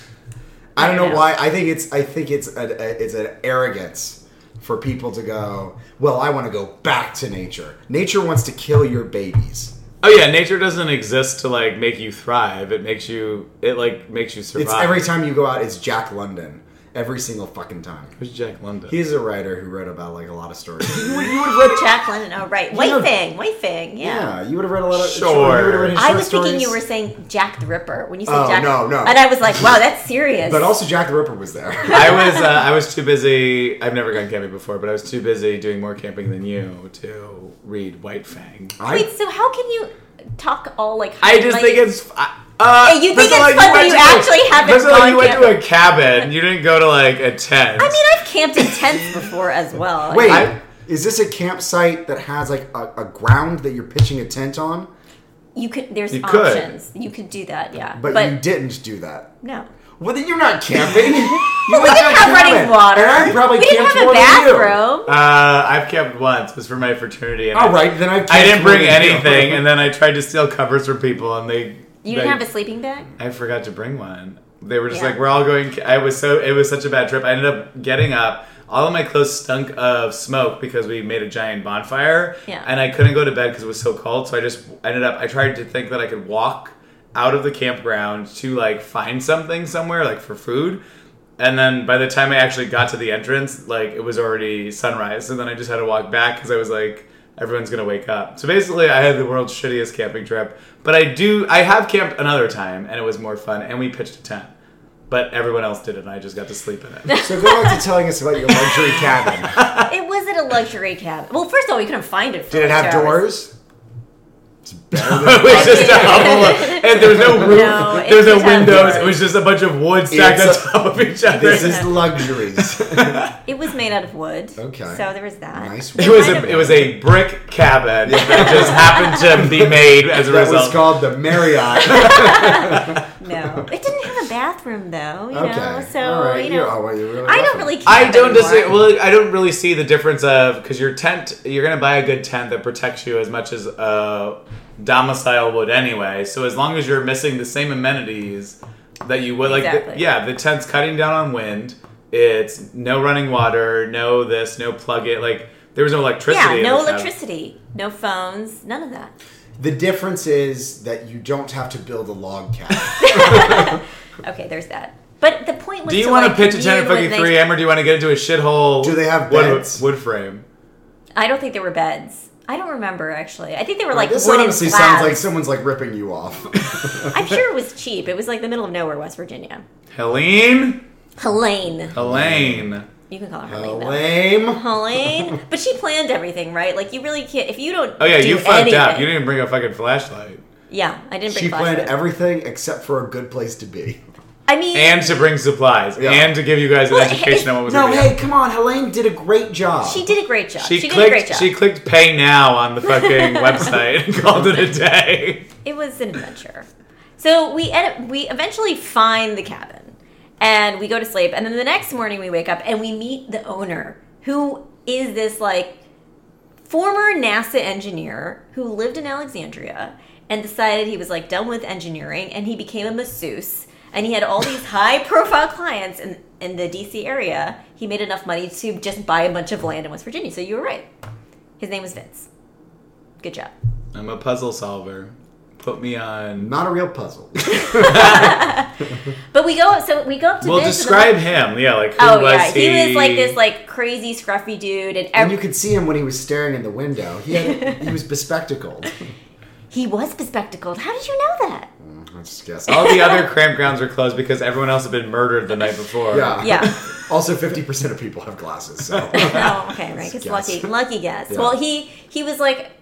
Speaker 2: I don't know why. I think it's I think it's a, a, it's an arrogance for people to go. Well, I want to go back to nature. Nature wants to kill your babies.
Speaker 1: oh yeah, nature doesn't exist to like make you thrive. It makes you. It like makes you survive.
Speaker 2: It's every time you go out. It's Jack London. Every single fucking time.
Speaker 1: Who's Jack London?
Speaker 2: He's a writer who wrote about like a lot of stories.
Speaker 3: Jack London. Oh right, White
Speaker 2: Yeah.
Speaker 3: Fang. White Fang. Yeah.
Speaker 2: yeah, you would have read a lot of.
Speaker 1: Sure.
Speaker 2: you would have read his
Speaker 3: I
Speaker 2: short
Speaker 3: was thinking you
Speaker 2: stories.
Speaker 3: were saying Jack the Ripper when you said
Speaker 2: Oh,
Speaker 3: Jack.
Speaker 2: no, no.
Speaker 3: And I was like, wow, that's serious.
Speaker 2: But also, Jack the Ripper was there.
Speaker 1: I was uh, I was too busy. I've never gone camping before, but I was too busy doing more camping than you to read White Fang.
Speaker 2: I-
Speaker 3: wait, so how can you talk all like?
Speaker 1: I just
Speaker 3: like-
Speaker 1: think it's. I- Uh,
Speaker 3: Hey, you think
Speaker 1: Priscilla,
Speaker 3: it's fun when
Speaker 1: went
Speaker 3: you
Speaker 1: to a-
Speaker 3: actually haven't
Speaker 1: Priscilla,
Speaker 3: gone
Speaker 1: you went to
Speaker 3: camping.
Speaker 1: a cabin. You didn't go to like a tent.
Speaker 3: I mean, I've camped in tents before as well.
Speaker 2: Wait,
Speaker 1: I-
Speaker 2: is this a campsite that has like a, a ground that you're pitching a tent on?
Speaker 3: you could. There's
Speaker 1: You could.
Speaker 3: options. You could do that. Yeah,
Speaker 2: But, you didn't do that.
Speaker 3: no.
Speaker 2: Well, then you're not camping. you
Speaker 3: But we didn't have running water.
Speaker 2: And I probably
Speaker 3: we didn't
Speaker 2: camped
Speaker 3: have a
Speaker 2: more than you.
Speaker 3: bathroom.
Speaker 1: uh, I've camped once. It was for my fraternity. And I-
Speaker 2: All right, then I. Camped
Speaker 1: I didn't
Speaker 2: more
Speaker 1: bring
Speaker 2: than you.
Speaker 1: anything, and then I tried to steal covers from people, and they.
Speaker 3: You didn't
Speaker 1: they-
Speaker 3: have a sleeping bag.
Speaker 1: I forgot to bring one. They were just
Speaker 3: Yeah.
Speaker 1: like, we're all going. I was so. It was such a bad trip. I ended up getting up. All of my clothes stunk of smoke because we made a giant bonfire.
Speaker 3: Yeah.
Speaker 1: And I couldn't go to bed because it was so cold. So I just ended up. I tried to think that I could walk out of the campground to like find something somewhere, like for food. And then by the time I actually got to the entrance, like it was already sunrise. And then I just had to walk back because I was like, everyone's gonna wake up. So basically, I had the world's shittiest camping trip. But I do, I have camped another time, and it was more fun. And we pitched a tent, but everyone else did it, and I just got to sleep in it.
Speaker 2: So go back to telling us about your luxury cabin.
Speaker 3: It wasn't a luxury cabin. Well, first of all, we couldn't find it. For
Speaker 2: Did it
Speaker 3: like
Speaker 2: have
Speaker 3: two hours.
Speaker 2: doors?
Speaker 1: it was just a humble, and there was no roof,
Speaker 3: No, it
Speaker 1: there was no
Speaker 3: was outdoors.
Speaker 1: windows. It was just a bunch of wood stacked
Speaker 2: It's
Speaker 1: on top of each other.
Speaker 2: This is luxuries.
Speaker 3: It was made out of wood.
Speaker 2: Okay.
Speaker 3: So there was that.
Speaker 2: Nice
Speaker 1: it
Speaker 2: wood.
Speaker 1: was
Speaker 3: might
Speaker 1: a
Speaker 3: have-
Speaker 1: it was a brick cabin that just happened to be made as a
Speaker 2: That
Speaker 1: result.
Speaker 2: was called the Marriott.
Speaker 3: No, it didn't have a bathroom though. You know,
Speaker 2: okay.
Speaker 3: so
Speaker 2: All right.
Speaker 3: you
Speaker 2: You're-
Speaker 3: know,
Speaker 2: oh, well, you're really
Speaker 3: I don't
Speaker 2: lucky.
Speaker 3: really. Care
Speaker 1: I don't
Speaker 3: anymore.
Speaker 1: disagree. Well, I don't really see the difference of because your tent, you're gonna buy a good tent that protects you as much as a domicile would anyway. So as long as you're missing the same amenities that you would, like, the-
Speaker 3: Exactly.
Speaker 1: yeah, the tent's cutting down on wind. It's no running water, no this, no plug it. Like there was no electricity.
Speaker 3: yeah,
Speaker 1: in
Speaker 3: no
Speaker 1: the tent.
Speaker 3: electricity, no phones, none of that.
Speaker 2: The difference is that you don't have to build a log cabin.
Speaker 3: Okay, there's that. But the point was.
Speaker 1: Do you
Speaker 3: to,
Speaker 1: want to
Speaker 3: like,
Speaker 1: pitch a tent at fucking
Speaker 3: commune with
Speaker 1: 3
Speaker 3: nice-
Speaker 1: a.m. or do you want to get into a shithole?
Speaker 2: Do they have
Speaker 1: wood,
Speaker 2: beds?
Speaker 1: wood frame?
Speaker 3: I don't think there were beds. I don't remember actually. I think they were like
Speaker 2: this
Speaker 3: wooden
Speaker 2: honestly
Speaker 3: slabs.
Speaker 2: sounds like someone's like ripping you off.
Speaker 3: I'm sure it was cheap. It was like the middle of nowhere, West Virginia.
Speaker 1: Helene,
Speaker 3: Helene,
Speaker 1: Helene.
Speaker 3: you can call her Helene. though.
Speaker 2: Lame.
Speaker 3: Helene, but she planned everything, right? Like you really can't if you don't.
Speaker 1: Oh yeah,
Speaker 3: do
Speaker 1: you fucked up.
Speaker 3: anything-
Speaker 1: You didn't bring a fucking flashlight.
Speaker 3: Yeah, I didn't bring.
Speaker 2: She planned
Speaker 3: flashlights.
Speaker 2: everything except for a good place to be.
Speaker 3: I mean,
Speaker 1: and to bring supplies
Speaker 2: Yeah.
Speaker 1: and to give you guys an
Speaker 3: Well,
Speaker 1: education
Speaker 3: hey,
Speaker 1: on what was
Speaker 2: No,
Speaker 1: going
Speaker 2: hey, come on, Helene did a great job.
Speaker 3: she did a great job.
Speaker 1: She,
Speaker 3: She, did
Speaker 1: clicked.
Speaker 3: a great job.
Speaker 1: She clicked pay now on the fucking website and called it a day.
Speaker 3: It was an adventure. So we ed- we eventually find the cabin, and we go to sleep. And then the next morning we wake up and we meet the owner, who is this like former NASA engineer who lived in Alexandria and decided he was like done with engineering, and he became a masseuse. And he had all these high profile clients in, in the DC area. He made enough money to just buy a bunch of land in West Virginia. So you were right. His name was Vince. Good job.
Speaker 1: I'm a puzzle solver. Put me on.
Speaker 2: Not a real puzzle.
Speaker 3: But we go up, so we go up to
Speaker 1: Well,
Speaker 3: Vince. and
Speaker 1: describe him. Yeah, like who
Speaker 3: Oh
Speaker 1: was
Speaker 3: yeah,
Speaker 1: he?
Speaker 3: he was like this like crazy scruffy dude, and,
Speaker 2: and
Speaker 3: every-
Speaker 2: you could see him when he was staring in the window. He had, he was bespectacled.
Speaker 3: he was bespectacled. How did you know that?
Speaker 2: I just guess.
Speaker 1: All the other cramp grounds were closed because everyone else had been murdered the night before.
Speaker 2: Yeah.
Speaker 3: Yeah.
Speaker 2: Also, fifty percent of people have glasses. So.
Speaker 3: oh, okay, right. It's
Speaker 2: Guess.
Speaker 3: lucky, lucky guess.
Speaker 2: Yeah.
Speaker 3: Well, he he was like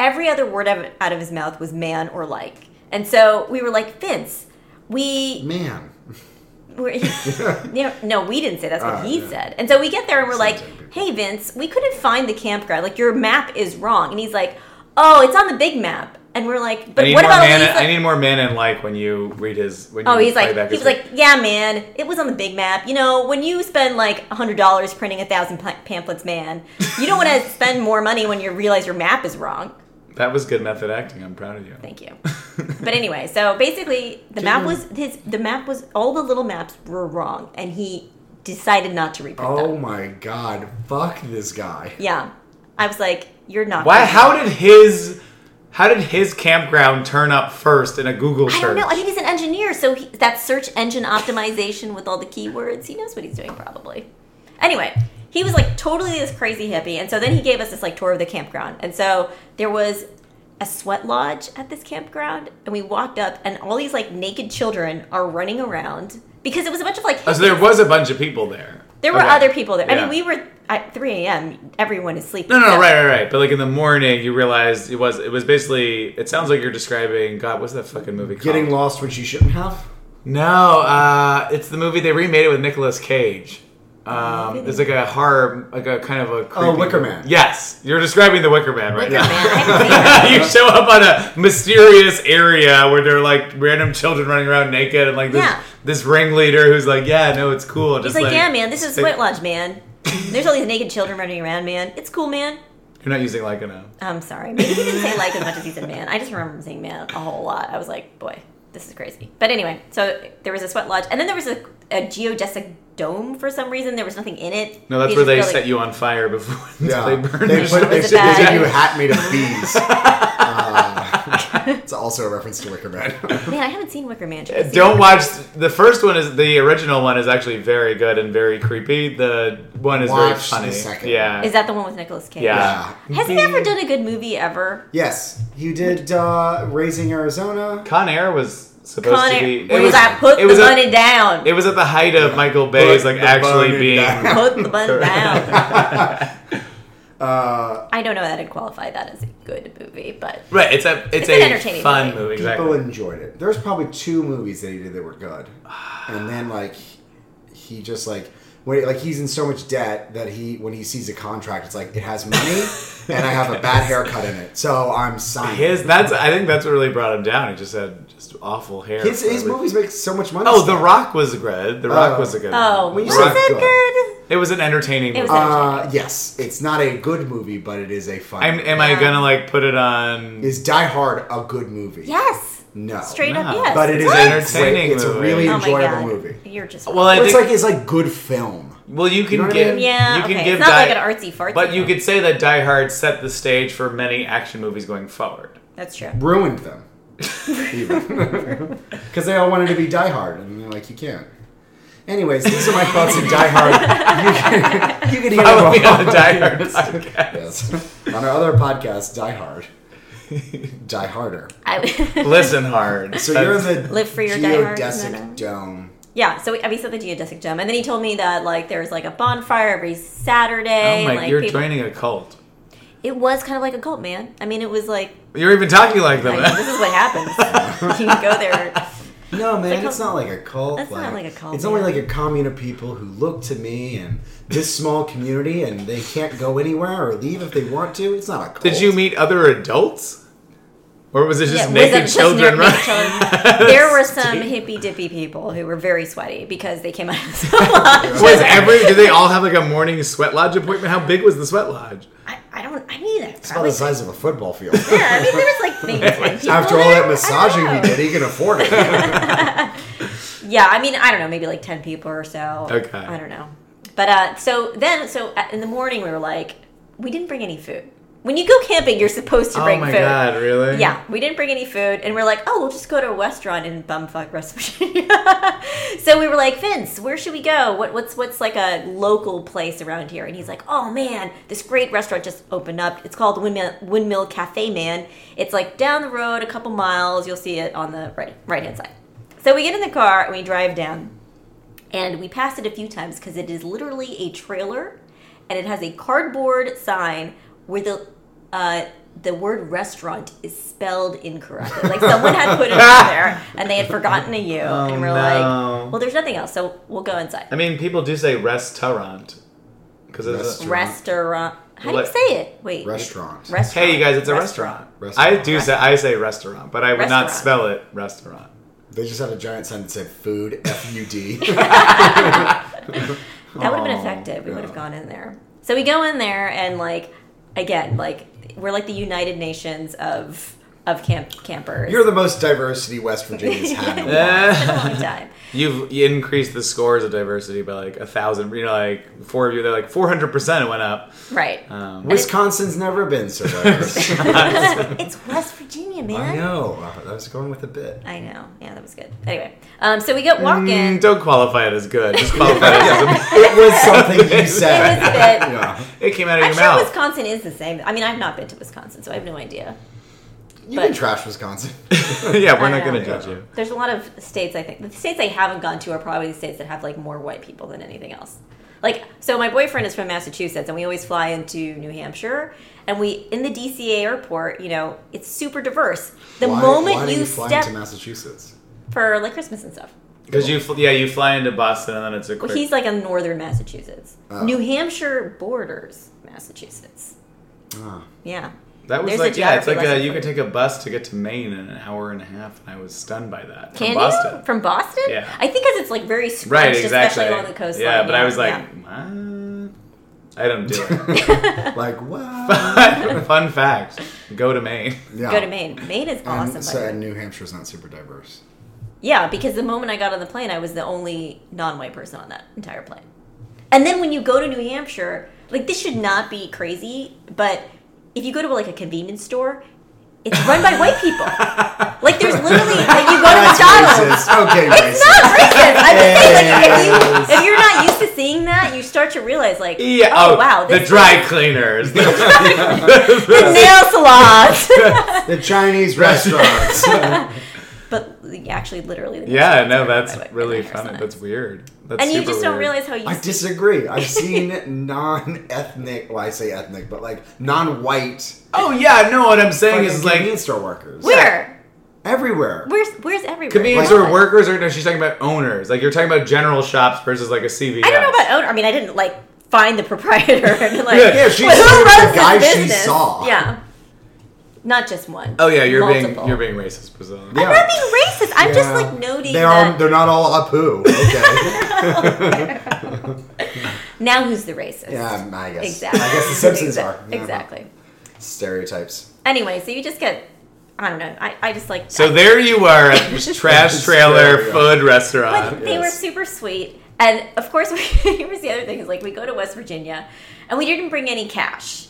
Speaker 3: every other word out of- out of his mouth was man or like, and so we were like Vince. We
Speaker 2: Man.
Speaker 3: were, you know, no, we didn't say that's what
Speaker 2: Ah,
Speaker 3: he
Speaker 2: yeah.
Speaker 3: said. And so we get there and we're like,
Speaker 2: Sounds like people.
Speaker 3: "Hey, Vince, we couldn't find the campground. Like your map is wrong." And he's like, "Oh, it's on the big map." And we're like,
Speaker 1: I
Speaker 3: "But
Speaker 1: need
Speaker 3: what
Speaker 1: more
Speaker 3: about
Speaker 1: man.
Speaker 3: Elisa?"
Speaker 1: I need more man and like when you read his. When
Speaker 3: Oh,
Speaker 1: you
Speaker 3: he's
Speaker 1: play
Speaker 3: like,
Speaker 1: back
Speaker 3: he
Speaker 1: his-
Speaker 3: was like, yeah, man, it was on the big map. You know, when you spend like hundred dollars printing a thousand pla- pamphlets, man, you don't want to spend more money when you realize your map is wrong.
Speaker 1: that was good method acting. I'm proud of you.
Speaker 3: Thank you. But anyway, so basically, the map was his. The map was all the little maps were wrong, and he decided not to reprint
Speaker 2: Oh
Speaker 3: them.
Speaker 2: my God. Fuck this guy.
Speaker 3: Yeah, I was like, you're not.
Speaker 1: Why?
Speaker 3: gonna-
Speaker 1: How did his? How did his campground turn up first in a Google
Speaker 3: I
Speaker 1: search?
Speaker 3: don't know. I mean, he's an engineer, so he, that search engine optimization with all the keywords, he knows what he's doing probably. Anyway, he was like totally this crazy hippie, and so then he gave us this like tour of the campground, and so there was a sweat lodge at this campground, and we walked up, and all these like naked children are running around because it was a bunch of like
Speaker 1: Oh, so there was a bunch of people there.
Speaker 3: there were
Speaker 1: Okay.
Speaker 3: other people there. I
Speaker 1: Yeah.
Speaker 3: mean, we were at 3 a.m. Everyone is sleeping.
Speaker 1: No, no,
Speaker 3: so-
Speaker 1: right, right, right. But like in the morning, you realized it was it was basically. It sounds like you're describing God. What's that fucking movie called?
Speaker 2: Getting lost when she shouldn't have.
Speaker 1: No, uh, it's the movie they remade it with Nicolas Cage.
Speaker 3: Oh,
Speaker 1: Um, it's like a horror, like a kind of a creepy
Speaker 2: Oh, Wicker Man.
Speaker 1: Yes, you're describing the Wicker Man right
Speaker 3: Wicker
Speaker 1: now.
Speaker 3: Man. I haven't seen it.
Speaker 1: you show up on a mysterious area where there are like random children running around naked and like this
Speaker 3: Yeah.
Speaker 1: this ringleader who's like, yeah, no, it's cool.
Speaker 3: He's
Speaker 1: Just
Speaker 3: like, yeah, man, this is
Speaker 1: stick-
Speaker 3: sweat lodge, man. There's all these naked children running around, man. It's cool, man.
Speaker 1: You're not using like enough.
Speaker 3: I'm sorry. Maybe he didn't say like as much as he said man. I just remember him saying man a whole lot. I was like, boy, this is crazy. But anyway, so there was a sweat lodge, and then there was a, a geodesic dome for some reason. There was nothing in it.
Speaker 1: No, that's
Speaker 3: We
Speaker 1: where
Speaker 3: just
Speaker 1: they
Speaker 3: felt like-
Speaker 1: set you on fire before
Speaker 2: Yeah.
Speaker 1: they burn.
Speaker 2: They
Speaker 1: you.
Speaker 2: put they
Speaker 3: Is it
Speaker 2: said they
Speaker 3: bad?
Speaker 2: said you hat made of bees. Uh, it's also a reference to Wicker Man.
Speaker 3: Man, I haven't seen Wicker Man. Should I see
Speaker 1: Uh, Don't
Speaker 3: Wicker-
Speaker 1: watch the first one. Is the original one is actually very good and very creepy. The one is very
Speaker 2: Watch the
Speaker 1: funny.
Speaker 2: second
Speaker 1: yeah,
Speaker 3: Is that the one with Nicolas Cage?
Speaker 1: Yeah.
Speaker 3: Has he ever done a good movie ever?
Speaker 2: Uh, yes, you did uh, Raising Arizona.
Speaker 1: Con Air was supposed
Speaker 3: Con
Speaker 1: to
Speaker 3: Air.
Speaker 1: be.
Speaker 3: Where was, I put
Speaker 1: it
Speaker 3: the
Speaker 1: was at-
Speaker 3: money down?
Speaker 1: It was at the height of Michael Bay's like
Speaker 2: the
Speaker 1: actually
Speaker 2: money
Speaker 1: being.
Speaker 2: down.
Speaker 3: put the money down.
Speaker 2: Uh,
Speaker 3: I don't know that I'd qualify that as a good movie, but
Speaker 1: Right, it's a it's,
Speaker 3: It's an
Speaker 1: a
Speaker 3: entertaining
Speaker 1: fun
Speaker 3: movie.
Speaker 1: movie.
Speaker 2: People
Speaker 1: Exactly.
Speaker 2: enjoyed it. There's probably two movies that he did that were good, and then like he just like when like he's in so much debt that he when he sees a contract, it's like it has money and I have a bad haircut in it, so I'm signing.
Speaker 1: His that's I think that's what really brought him down. He just had just awful hair.
Speaker 2: his,
Speaker 1: for
Speaker 2: his
Speaker 1: every-
Speaker 2: movies make so much money.
Speaker 1: Oh,
Speaker 2: still.
Speaker 1: The Rock was good. The Rock
Speaker 2: Oh.
Speaker 1: was a good.
Speaker 3: oh,
Speaker 1: one.
Speaker 2: Well,
Speaker 3: was
Speaker 2: you said
Speaker 3: it
Speaker 2: good.
Speaker 3: good?
Speaker 1: It was an entertaining.
Speaker 3: It was
Speaker 1: movie.
Speaker 3: an-
Speaker 2: Uh, yes, it's not a good movie, but it is a fun.
Speaker 1: I'm, am I
Speaker 3: Yeah.
Speaker 1: gonna like put it on?
Speaker 2: is Die Hard a good movie?
Speaker 3: Yes.
Speaker 2: No.
Speaker 3: Straight up,
Speaker 1: No.
Speaker 3: yes.
Speaker 2: But it is
Speaker 3: What?
Speaker 2: a
Speaker 1: Entertaining
Speaker 2: Great, it's a
Speaker 1: movie.
Speaker 2: really
Speaker 1: Oh
Speaker 3: my
Speaker 2: enjoyable
Speaker 3: God.
Speaker 2: movie.
Speaker 3: You're just
Speaker 1: Well, I
Speaker 2: It's
Speaker 1: think
Speaker 2: like it's like good film.
Speaker 1: well you can
Speaker 2: know what I
Speaker 1: get
Speaker 2: mean?
Speaker 3: yeah.
Speaker 1: you can
Speaker 3: okay.
Speaker 1: give
Speaker 3: it's
Speaker 1: Die-
Speaker 3: not like an artsy fartsy.
Speaker 1: But you
Speaker 3: film.
Speaker 1: could say that Die Hard set the stage for many action movies going forward.
Speaker 3: That's true.
Speaker 2: ruined them. Because they all wanted to be Die Hard, and they're like, you can't. Anyways, these are my thoughts on Die Hard. You can, you can hear
Speaker 1: Probably
Speaker 2: them all.
Speaker 1: on the Die Hard podcast.
Speaker 2: Yes. On our other podcast, Die Hard. Die Harder.
Speaker 3: I,
Speaker 1: Listen hard.
Speaker 2: So you're in the
Speaker 3: Live free or die hard,
Speaker 2: geodesic
Speaker 3: no, no.
Speaker 2: dome.
Speaker 3: yeah. So we, we saw the geodesic dome, and then he told me that like there was like a bonfire every Saturday.
Speaker 1: Oh
Speaker 3: and,
Speaker 1: my!
Speaker 3: like,
Speaker 1: you're
Speaker 3: people-
Speaker 1: joining a cult.
Speaker 3: It was kind of like a cult, man. I mean, it was like
Speaker 1: You're even talking like them.
Speaker 3: like, this is what happens. you go there.
Speaker 2: No, man,
Speaker 3: like
Speaker 2: it's
Speaker 3: a-
Speaker 2: not like a cult.
Speaker 3: That's not like a cult,
Speaker 2: It's only
Speaker 3: yeah.
Speaker 2: like a commune of people who look to me and this small community, and they can't go anywhere or leave if they want to. It's not a cult.
Speaker 1: Did you meet other adults? Or was it just
Speaker 3: Yeah,
Speaker 1: naked
Speaker 3: was it just
Speaker 1: children
Speaker 3: naked
Speaker 1: running?
Speaker 3: children? there were some hippy dippy people who were very sweaty because they came out of the lodge.
Speaker 1: Was every did they all have like a morning sweat lodge appointment? How big was the sweat lodge?
Speaker 3: I, I don't. I mean, that
Speaker 2: It's about the
Speaker 3: probably.
Speaker 2: size of a football field.
Speaker 3: Yeah, I mean, there was like maybe ten people
Speaker 2: After all
Speaker 3: there.
Speaker 2: that massaging
Speaker 3: I
Speaker 2: he
Speaker 3: don't know.
Speaker 2: did, he can afford it.
Speaker 3: Yeah, I mean, I don't know, maybe like 10 people or so.
Speaker 1: Okay.
Speaker 3: I don't know. But uh, so then, so at- in the morning, we were like, we didn't bring any food. When you go camping, you're supposed to
Speaker 1: Oh
Speaker 3: bring
Speaker 1: my
Speaker 3: food.
Speaker 1: god, really?
Speaker 3: Yeah, we didn't bring any food, and we're like, oh, we'll just go to a restaurant in bumfuck West Virginia. so we were like, Vince, where should we go? What, what's what's like a local place around here? And he's like, oh man, this great restaurant just opened up. It's called Windmill, Windmill Cafe Man. It's like down the road a couple miles. You'll see it on the right right hand side. So we get in the car and we drive down, and we passed it a few times because it is literally a trailer, and it has a cardboard sign where the uh, the word restaurant is spelled incorrectly. Like someone had put it on there and they had forgotten a U, and we're
Speaker 1: Oh, no.
Speaker 3: like, well, there's nothing else, so we'll go inside.
Speaker 1: I mean, people do say restaurant because it's a,
Speaker 2: Restaurant.
Speaker 3: Restaurant. How do you
Speaker 1: What-
Speaker 3: say it? Wait.
Speaker 2: Restaurant.
Speaker 3: Restaurant.
Speaker 1: hey, you guys, it's a
Speaker 3: Restaurant.
Speaker 1: restaurant.
Speaker 2: Restaurant.
Speaker 1: I do say I say restaurant, but I would not
Speaker 3: Restaurant.
Speaker 1: spell it restaurant.
Speaker 2: They just had a giant sign that said food, F U D.
Speaker 3: That would have been
Speaker 2: Oh,
Speaker 3: effective. We would have
Speaker 2: yeah.
Speaker 3: gone in there. So we go in there and like again, like we're like the United Nations of of camp campers.
Speaker 2: You're the most diversity West Virginia's had in a while.
Speaker 3: It's been a long time.
Speaker 1: You've you increased the scores of diversity by like a thousand. You know, like four of you, they're like four hundred percent went up.
Speaker 3: Right.
Speaker 1: Um,
Speaker 2: Wisconsin's never been so diverse.
Speaker 3: it's West Virginia, man.
Speaker 2: I know. Uh, I was going with a bit.
Speaker 3: I know. Yeah, that was good. Anyway, um, so we get walking.
Speaker 1: mm,
Speaker 3: it
Speaker 1: don't qualify it as good. Just qualify it as a,
Speaker 2: It was something you
Speaker 3: was
Speaker 2: said.
Speaker 3: a bit.
Speaker 2: Yeah.
Speaker 1: it came out of
Speaker 3: I'm
Speaker 1: your
Speaker 3: sure
Speaker 1: mouth.
Speaker 3: Wisconsin is the same. I mean, I've not been to Wisconsin, so I have no idea.
Speaker 2: You can
Speaker 3: But-
Speaker 2: trash Wisconsin.
Speaker 1: yeah, we're
Speaker 3: I
Speaker 1: not going
Speaker 3: know.
Speaker 1: to judge you.
Speaker 3: There's a lot of states I think the states I haven't gone to are probably the states that have like more white people than anything else. Like so my boyfriend is from Massachusetts and we always fly into New Hampshire and we in the DCA airport, you know, it's super diverse. The
Speaker 2: Why-
Speaker 3: moment
Speaker 2: why do
Speaker 3: you,
Speaker 2: fly
Speaker 3: step
Speaker 2: into Massachusetts?
Speaker 3: for like Christmas and stuff.
Speaker 1: Because you, fl- yeah, you fly into Boston and then it's a quick.
Speaker 3: Well, he's like in northern Massachusetts.
Speaker 2: Oh.
Speaker 3: New Hampshire borders Massachusetts.
Speaker 2: Ah.
Speaker 3: Yeah.
Speaker 1: that was
Speaker 3: there's
Speaker 1: like
Speaker 3: a
Speaker 1: yeah, it's
Speaker 3: geography
Speaker 1: like a,
Speaker 3: lesson
Speaker 1: you
Speaker 3: for
Speaker 1: could
Speaker 3: you.
Speaker 1: take a bus to get to Maine in an hour and a half, and I was stunned by that from
Speaker 3: Can
Speaker 1: Boston.
Speaker 3: you? From Boston?
Speaker 1: Yeah.
Speaker 3: I think because it's like very scrunched,
Speaker 1: Right, exactly.
Speaker 3: especially along the coastline.
Speaker 1: Yeah, but I was like,
Speaker 3: yeah.
Speaker 1: "What? I don't do it.
Speaker 2: like what?
Speaker 1: Fun fact: go to Maine.
Speaker 2: Yeah.
Speaker 3: go to Maine. Maine is awesome.
Speaker 2: And,
Speaker 3: by
Speaker 2: so,
Speaker 3: the way.
Speaker 2: and New Hampshire's not super diverse.
Speaker 3: Yeah, because the moment I got on the plane, I was the only non-white person on that entire plane. And then when you go to New Hampshire, like this should not be crazy, but if you go to like a convenience store, it's run by white people. Like there's literally like you go to McDonald's.
Speaker 2: Racist. Okay,
Speaker 3: It's
Speaker 2: racist.
Speaker 3: not racist. I'm just saying, like
Speaker 2: Yes.
Speaker 3: if, you, if you're not used to seeing that, you start to realize like,
Speaker 1: Yeah.
Speaker 3: oh, wow,
Speaker 1: the
Speaker 3: this
Speaker 1: dry cleaners.
Speaker 3: the nail salons.
Speaker 2: The Chinese restaurants.
Speaker 3: but actually, literally, the nail
Speaker 1: yeah,
Speaker 3: salons
Speaker 1: no,
Speaker 3: are run
Speaker 1: that's
Speaker 3: by white-
Speaker 1: really
Speaker 3: by hair
Speaker 1: funny.
Speaker 3: salons.
Speaker 1: That's weird. That's
Speaker 3: and you
Speaker 1: super
Speaker 3: just don't
Speaker 1: weird.
Speaker 3: realize how you
Speaker 2: I disagree. I've seen non-ethnic. Well, I say ethnic, but like non-white.
Speaker 1: Oh yeah, no. What I'm saying
Speaker 2: Like
Speaker 1: is like
Speaker 2: convenience store workers
Speaker 3: where.
Speaker 2: everywhere.
Speaker 3: Where's where's everywhere?
Speaker 1: convenience
Speaker 3: Why
Speaker 1: store
Speaker 3: not?
Speaker 1: workers, or no, she's talking about owners. Like you're talking about general shops versus like a CVS.
Speaker 3: I don't know about owner. I mean, I didn't like find the proprietor and like
Speaker 1: Yeah,
Speaker 2: she
Speaker 3: but
Speaker 2: said
Speaker 3: who
Speaker 2: the
Speaker 3: runs this
Speaker 2: guy she
Speaker 3: business?
Speaker 2: saw.
Speaker 3: Yeah, not just one.
Speaker 1: Oh yeah, you're
Speaker 3: Multiple.
Speaker 1: being you're being racist, Priscilla.
Speaker 2: Yeah.
Speaker 3: I'm not being racist. I'm just
Speaker 2: Yeah.
Speaker 3: like noting
Speaker 2: They
Speaker 3: that
Speaker 2: are. They're not all apu. Okay.
Speaker 3: now who's the racist?
Speaker 2: yeah, I guess.
Speaker 3: exactly.
Speaker 2: I guess the Simpsons
Speaker 3: Exa-
Speaker 2: are Yeah.
Speaker 3: exactly.
Speaker 2: stereotypes.
Speaker 3: Anyway, so you just get. I don't know. I, I just like
Speaker 1: So there you are at this trash trailer
Speaker 2: Yeah.
Speaker 1: food restaurant.
Speaker 3: But they were
Speaker 2: yes.
Speaker 3: super sweet. And of course, we, here was the other thing: is like we go to West Virginia, and we didn't bring any cash.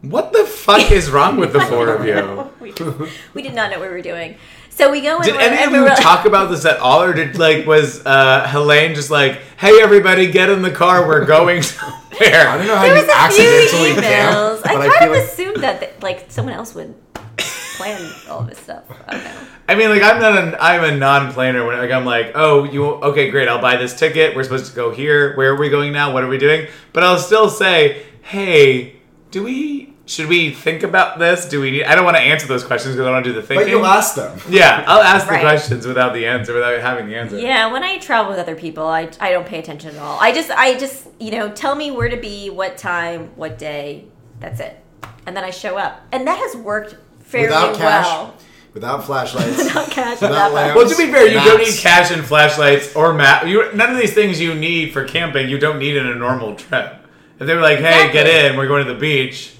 Speaker 1: What the fuck is wrong with the four of you?
Speaker 3: we, we did not know what we were doing. So we go in.
Speaker 1: Did
Speaker 3: and we're-
Speaker 1: any
Speaker 3: and
Speaker 1: of
Speaker 3: we
Speaker 1: you
Speaker 3: were like-
Speaker 1: talk about this at all, or did like was uh, Helene just like, "Hey, everybody, get in the car, we're going
Speaker 2: I don't
Speaker 1: somewhere"?
Speaker 2: know how
Speaker 3: There
Speaker 2: you
Speaker 3: was a
Speaker 2: accidentally
Speaker 3: few
Speaker 2: can,
Speaker 3: emails.
Speaker 2: but
Speaker 3: I
Speaker 2: I
Speaker 3: kind
Speaker 2: feel
Speaker 3: of
Speaker 2: like
Speaker 3: assumed that, that like someone else would plan all this stuff. I don't know.
Speaker 1: I mean, like I'm not an I'm a non-planner. When like I'm like, "Oh, you okay? Great, I'll buy this ticket. We're supposed to go here. Where are we going now? What are we doing?" But I'll still say, "Hey, do we?" should we think about this? Do we need? I don't want to answer those questions because I want to do the thinking.
Speaker 2: But you'll ask them.
Speaker 1: yeah, I'll ask
Speaker 3: Right.
Speaker 1: the questions without the answer, without having the answer.
Speaker 3: Yeah, when I travel with other people, I, I don't pay attention at all. I just I just you know tell me where to be, what time, what day. That's it, and then I show up, and that has worked fairly
Speaker 2: Without cash,
Speaker 3: well.
Speaker 2: without flashlights,
Speaker 3: Without cash,
Speaker 2: without
Speaker 3: without
Speaker 2: lamps.
Speaker 1: Well, to be fair, you don't
Speaker 2: maps.
Speaker 1: need cash and flashlights or map. You none of these things you need for camping. You don't need in a normal trip. If they were like, "Hey, get
Speaker 3: Exactly.
Speaker 1: in. We're going to the beach,"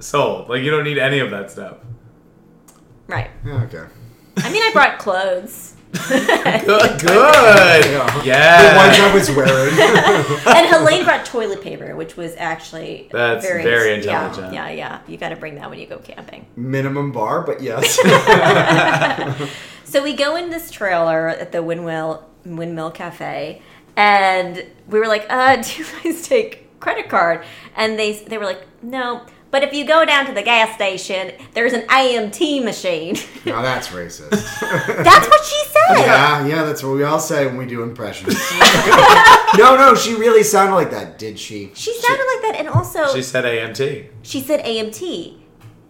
Speaker 1: sold. Like you don't need any of that stuff.
Speaker 3: Right.
Speaker 2: Yeah, okay.
Speaker 3: I mean, I brought clothes
Speaker 1: Good. Good.
Speaker 2: Yeah.
Speaker 1: Yeah.
Speaker 2: The ones I was wearing.
Speaker 3: and Helene brought toilet paper, which was actually
Speaker 1: That's very intelligent.
Speaker 3: Yeah, yeah, yeah. You got to bring that when you go camping.
Speaker 2: Minimum bar, but yes.
Speaker 3: So we go in this trailer at the Windmill Windmill Cafe, and we were like, "Uh, do you guys take credit card?" And they they were like, "No." But if you go down to the gas station, there's an AMT machine.
Speaker 2: now that's racist.
Speaker 3: That's what she said.
Speaker 2: Yeah, yeah, that's what we all say when we do impressions. no, no, she really sounded like that, did she?
Speaker 3: She sounded like that, and also
Speaker 1: She
Speaker 3: she,
Speaker 1: said AMT,
Speaker 3: said AMT,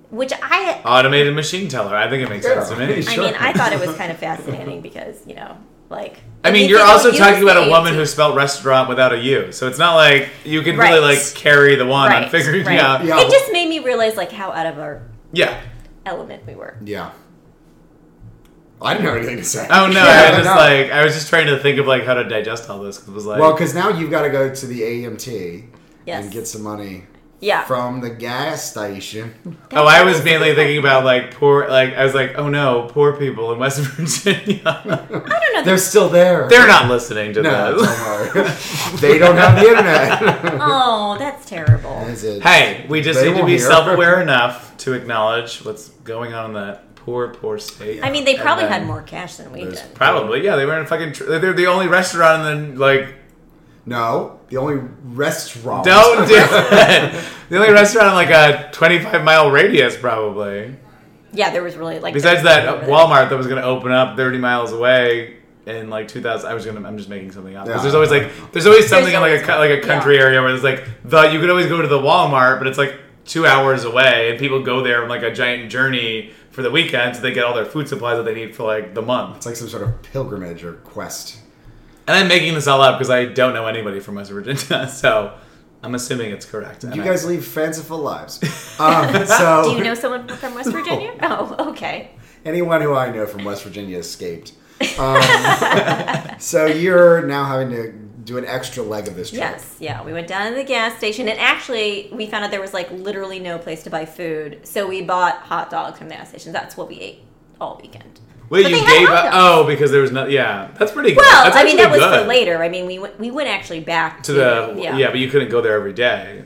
Speaker 3: which I
Speaker 1: automated machine teller. I think it makes sense to me.
Speaker 3: I
Speaker 2: Sure.
Speaker 3: mean I thought it was kind of fascinating because you know like
Speaker 1: I
Speaker 3: if
Speaker 1: mean,
Speaker 3: you
Speaker 1: you're
Speaker 3: think,
Speaker 1: also
Speaker 3: "Oh, you
Speaker 1: talking
Speaker 3: said
Speaker 1: about a woman
Speaker 3: AMT."
Speaker 1: who spelled restaurant without a U, so it's not like you can really
Speaker 3: Right.
Speaker 1: like carry the one on figuring
Speaker 3: right.
Speaker 1: out.
Speaker 2: Yeah.
Speaker 3: It just made me realize like how out of our
Speaker 1: Yeah.
Speaker 3: element we were.
Speaker 2: Yeah. I didn't have anything to say.
Speaker 1: Oh no!
Speaker 2: Yeah,
Speaker 1: I was
Speaker 2: no.
Speaker 1: just like I was just trying to think of like how to digest all this 'cause it was like
Speaker 2: Well, because now you've got to go to the AMT
Speaker 3: Yes.
Speaker 2: and get some money
Speaker 3: Yeah.
Speaker 2: from the gas station.
Speaker 1: oh I was mainly thinking about like poor like I was like oh no poor people in West Virginia
Speaker 3: I don't know.
Speaker 2: They're still there.
Speaker 1: they're not listening to
Speaker 2: no,
Speaker 1: this.
Speaker 2: don't worry. they don't have the internet.
Speaker 3: oh, that's terrible.
Speaker 2: Is it-
Speaker 1: Hey, we just
Speaker 2: They
Speaker 1: need to
Speaker 2: will
Speaker 1: be
Speaker 2: hear.
Speaker 1: self-aware enough to acknowledge what's going on in that poor poor state.
Speaker 3: I mean, they
Speaker 1: And
Speaker 3: probably
Speaker 1: then-
Speaker 3: had more cash than we did.
Speaker 2: There's-
Speaker 1: Probably yeah. They were in a fucking. Tr- they're the only restaurant in the like
Speaker 2: No, the only restaurant.
Speaker 1: Don't do it. the only restaurant in like a 25 mile radius, probably.
Speaker 3: Yeah, there was really like.
Speaker 1: Besides that uh,
Speaker 3: over there.
Speaker 1: Walmart that was going to open up 30 miles away in like 2000. I was going to. I'm just making something up. 'Cause There's always like there's always something in like a
Speaker 3: always-
Speaker 1: co- like a country
Speaker 3: yeah.
Speaker 1: area where there's like the you could always go to the Walmart, but it's like two hours away, and people go there on like a giant journey for the weekend, so they get all their food supplies that they need for like the month.
Speaker 2: It's like some sort of pilgrimage or quest.
Speaker 1: And I'm making this all up because I don't know anybody from West Virginia, so I'm assuming it's correct.
Speaker 2: You guys leave fanciful lives. Um, so
Speaker 3: Do you know someone from West Virginia? Oh, okay.
Speaker 2: anyone who I know from West Virginia escaped. Um, so you're now having to do an extra leg of this trip.
Speaker 3: Yes, yeah. We went down to the gas station, and actually, we found out there was like literally no place to buy food, so we bought hot dogs from the gas station. That's what we ate all weekend.
Speaker 1: Wait,
Speaker 3: But
Speaker 1: you
Speaker 3: they had
Speaker 1: gave
Speaker 3: hot
Speaker 1: up?
Speaker 3: dogs.
Speaker 1: Oh, because there was no. Yeah, that's pretty good.
Speaker 3: Well,
Speaker 1: That's
Speaker 3: I mean, that
Speaker 1: actually
Speaker 3: was for
Speaker 1: good.
Speaker 3: later. I mean, we went, we went actually back
Speaker 1: To the yeah. but you couldn't go there every day.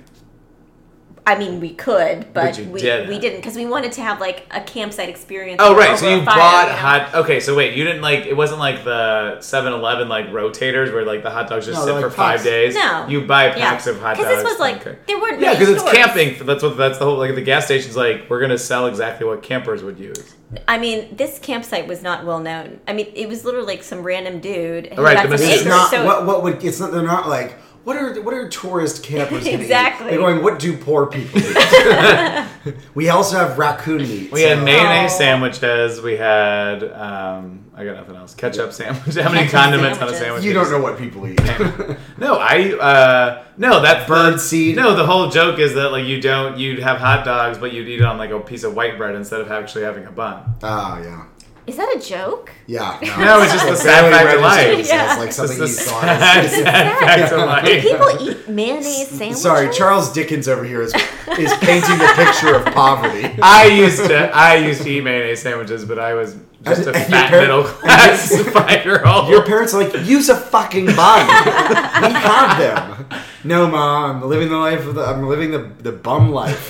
Speaker 3: I mean, we could, but,
Speaker 1: But you
Speaker 3: we,
Speaker 1: didn't.
Speaker 3: we didn't because we wanted to have like a campsite experience.
Speaker 1: Oh right, so
Speaker 3: over
Speaker 1: you
Speaker 3: a fire,
Speaker 1: bought
Speaker 3: you know?
Speaker 1: hot. Okay, so wait, you didn't like it wasn't like the 7-Eleven like rotators where like the hot dogs just
Speaker 2: No,
Speaker 1: sit
Speaker 2: they're
Speaker 1: for
Speaker 2: like
Speaker 1: five
Speaker 2: packs.
Speaker 1: days.
Speaker 3: No.
Speaker 1: you buy
Speaker 3: Yeah.
Speaker 1: packs of hot dogs.
Speaker 3: this was like
Speaker 1: Okay.
Speaker 3: there weren't
Speaker 1: yeah,
Speaker 3: because
Speaker 1: because it's camping. That's what that's the whole like the gas station's like we're gonna sell exactly what campers would use.
Speaker 3: I mean, this campsite was not well known. I mean, it was literally like some random dude. who
Speaker 1: Right,
Speaker 3: got
Speaker 1: the
Speaker 3: some
Speaker 1: This
Speaker 2: It's
Speaker 1: is
Speaker 3: acres,
Speaker 2: not
Speaker 3: so-
Speaker 2: what what would it's not they're not like what are what are tourist campers gonna eat?
Speaker 3: Exactly.
Speaker 2: They're going what do poor people eat? we also have raccoon meat.
Speaker 1: We had
Speaker 2: so-
Speaker 1: mayonnaise
Speaker 3: Oh.
Speaker 1: sandwiches. We had um, I got nothing else. Ketchup sandwiches. How many
Speaker 3: Ketchup
Speaker 1: condiments on a
Speaker 3: sandwiches.
Speaker 1: sandwich?
Speaker 2: You
Speaker 1: do
Speaker 2: don't know what people eat.
Speaker 1: No, I uh no that's
Speaker 2: Bird
Speaker 1: the,
Speaker 2: seed.
Speaker 1: No, the whole joke is that like you don't you'd have hot dogs, but you'd eat it on like a piece of white bread instead of actually having a bun.
Speaker 2: oh yeah.
Speaker 3: is that a joke?
Speaker 2: Yeah.
Speaker 1: No, it's just the sad
Speaker 2: Barely
Speaker 1: fact of life.
Speaker 2: registered themselves,
Speaker 3: Yeah.
Speaker 2: Like
Speaker 1: It's
Speaker 2: something
Speaker 1: the
Speaker 2: he saw on
Speaker 1: sad,
Speaker 2: his-
Speaker 1: sad fact of
Speaker 3: Do
Speaker 1: life.
Speaker 3: people eat mayonnaise sandwiches?
Speaker 2: Sorry, Charles Dickens over here is is painting the picture of poverty.
Speaker 1: I used to I used to eat mayonnaise sandwiches, but I was just a
Speaker 2: And your
Speaker 1: fat
Speaker 2: par-
Speaker 1: middle class five year old.
Speaker 2: Your parents are like, use a fucking bun. we have them. No, ma, I'm living the life of the. I'm living the the bum life.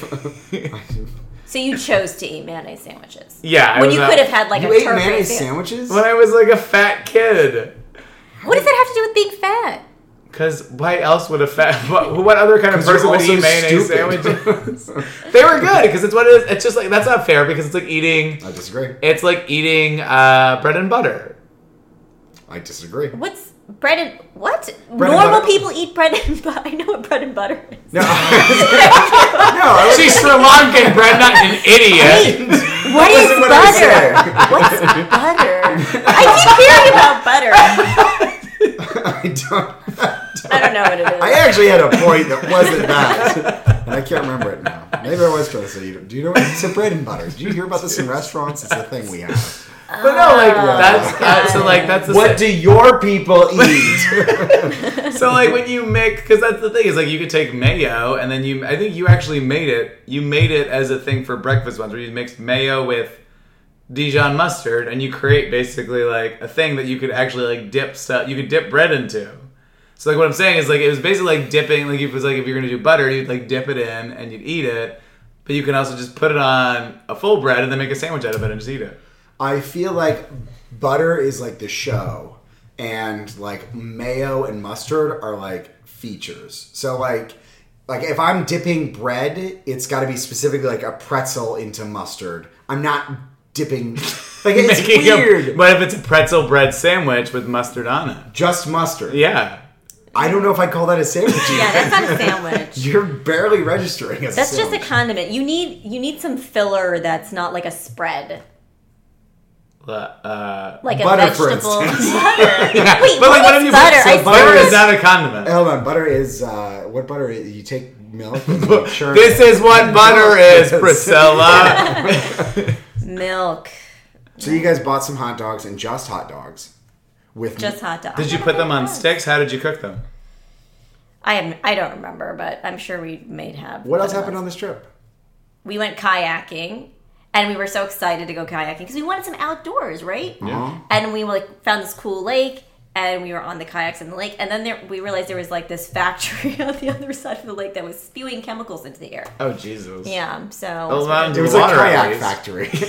Speaker 3: So you chose to eat mayonnaise sandwiches
Speaker 1: Yeah, I
Speaker 3: when
Speaker 1: was
Speaker 3: you
Speaker 1: a-
Speaker 3: could have had like
Speaker 2: you
Speaker 3: a
Speaker 2: ate
Speaker 3: turkey
Speaker 2: mayonnaise
Speaker 3: sandwich.
Speaker 2: sandwiches.
Speaker 1: when I was like a fat kid.
Speaker 3: What does that have to do with being fat?
Speaker 1: Because why else would a fat? What, what other kind of
Speaker 2: 'Cause
Speaker 1: person
Speaker 2: you're
Speaker 1: would
Speaker 2: also
Speaker 1: eat mayonnaise
Speaker 2: stupid.
Speaker 1: sandwiches? they were good because it's what it is. It's just like that's not fair because it's like eating.
Speaker 2: I disagree.
Speaker 1: It's like eating uh, bread and butter.
Speaker 2: I disagree.
Speaker 3: What's bread and what?
Speaker 2: Bread and
Speaker 3: Normal
Speaker 2: butter.
Speaker 3: people eat bread and butter. I know what bread and butter is.
Speaker 2: No, no, I was-
Speaker 1: She's Sri Lankan, Brad, not an idiot.
Speaker 3: What is
Speaker 2: Listen what I
Speaker 3: butter?
Speaker 2: said.
Speaker 3: What's butter? I keep hearing about butter.
Speaker 2: I don't.
Speaker 3: I don't know what it is.
Speaker 2: I actually had a point that wasn't that, and I can't remember it now. Maybe I was trying to say, do you know what? It's a bread and butter. Do you hear about this in restaurants? It's a thing we have. But no, like
Speaker 1: That's uh, so like that's the
Speaker 2: what
Speaker 1: same-
Speaker 2: do your people eat?
Speaker 1: so like when you make because that's the thing is like you could take mayo and then you I think you actually made it you made it as a thing for breakfast once where you mixed mayo with Dijon mustard and you create basically like a thing that you could actually like dip stuff you could dip bread into. So like what I'm saying is like it was basically like dipping like if it was like if you're gonna do butter you'd like dip it in and you'd eat it, but you can also just put it on a full bread and then make a sandwich out of it and just eat it.
Speaker 2: I feel like butter is like the show, and like mayo and mustard are like features. So like, like if I'm dipping bread, it's got to be specifically like a pretzel into mustard. I'm not dipping like it's
Speaker 1: Making a-
Speaker 2: weird.
Speaker 1: but if it's a pretzel bread sandwich with mustard on it?
Speaker 2: Just mustard.
Speaker 1: Yeah.
Speaker 2: I don't know if I call that a sandwich.
Speaker 3: yeah, that's not a sandwich.
Speaker 2: You're barely registering as
Speaker 3: That's
Speaker 2: a
Speaker 3: just a
Speaker 2: sandwich.
Speaker 3: condiment. You need you need some filler that's not like a spread,
Speaker 1: Uh,
Speaker 3: like a
Speaker 2: Butter, for
Speaker 3: vegetable.
Speaker 2: instance.
Speaker 3: butter.
Speaker 1: yeah.
Speaker 3: Wait,
Speaker 1: but like,
Speaker 3: what
Speaker 1: what
Speaker 3: is
Speaker 1: have you
Speaker 3: butter?
Speaker 1: Put,
Speaker 3: I
Speaker 1: so butter
Speaker 2: suppose-
Speaker 1: is not a condiment.
Speaker 2: Hold on, butter is uh, what butter is? You take milk. And you churn
Speaker 1: This
Speaker 2: it.
Speaker 1: is what butter is, Priscilla.
Speaker 3: Milk,
Speaker 2: So you guys bought some hot dogs and just hot dogs with
Speaker 3: just hot dogs.
Speaker 1: Did you put them on sticks? How did you cook them?
Speaker 3: I am. I don't remember, but I'm sure we may have.
Speaker 2: What else happened on this trip?
Speaker 3: We went kayaking, and we were so excited to go kayaking because we wanted some outdoors, right?
Speaker 2: Uh-huh.
Speaker 3: and we like found this cool lake and we were on the kayaks in the lake and then there, we realized there was like this factory on the other side of the lake that was spewing chemicals into the air
Speaker 1: Oh Jesus!
Speaker 3: yeah so
Speaker 1: Oh, wow.
Speaker 2: It was
Speaker 1: Water,
Speaker 2: a
Speaker 1: at
Speaker 2: kayak
Speaker 1: least.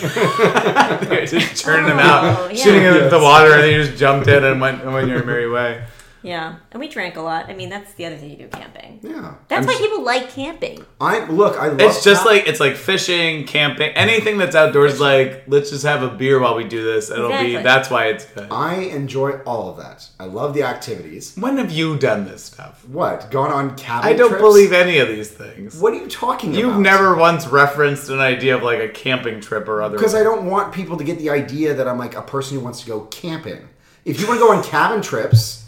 Speaker 2: factory.
Speaker 1: You're just churning them out,
Speaker 3: Oh, yeah.
Speaker 1: shooting it at the
Speaker 2: Yes.
Speaker 1: water, and then you just jumped in and went and went your merry way.
Speaker 3: yeah and we drank a lot i mean that's the other thing you do camping
Speaker 2: yeah.
Speaker 3: that's
Speaker 2: I'm
Speaker 3: why people like camping
Speaker 2: I look. I love.
Speaker 1: It's just
Speaker 2: that.
Speaker 1: like it's like fishing, camping, anything that's outdoors. Like let's just have a beer while we do this. It'll be
Speaker 3: Exactly.
Speaker 1: that's why it's good.
Speaker 2: I enjoy all of that. I love the activities.
Speaker 1: When have you done this stuff?
Speaker 2: What? Gone on cabin
Speaker 1: I don't
Speaker 2: trips?
Speaker 1: believe any of these things.
Speaker 2: What are you talking about?
Speaker 1: You've never once referenced an idea of like a camping trip or other.
Speaker 2: because I don't want people to get the idea that I'm like a person who wants to go camping. If you want to go on cabin trips,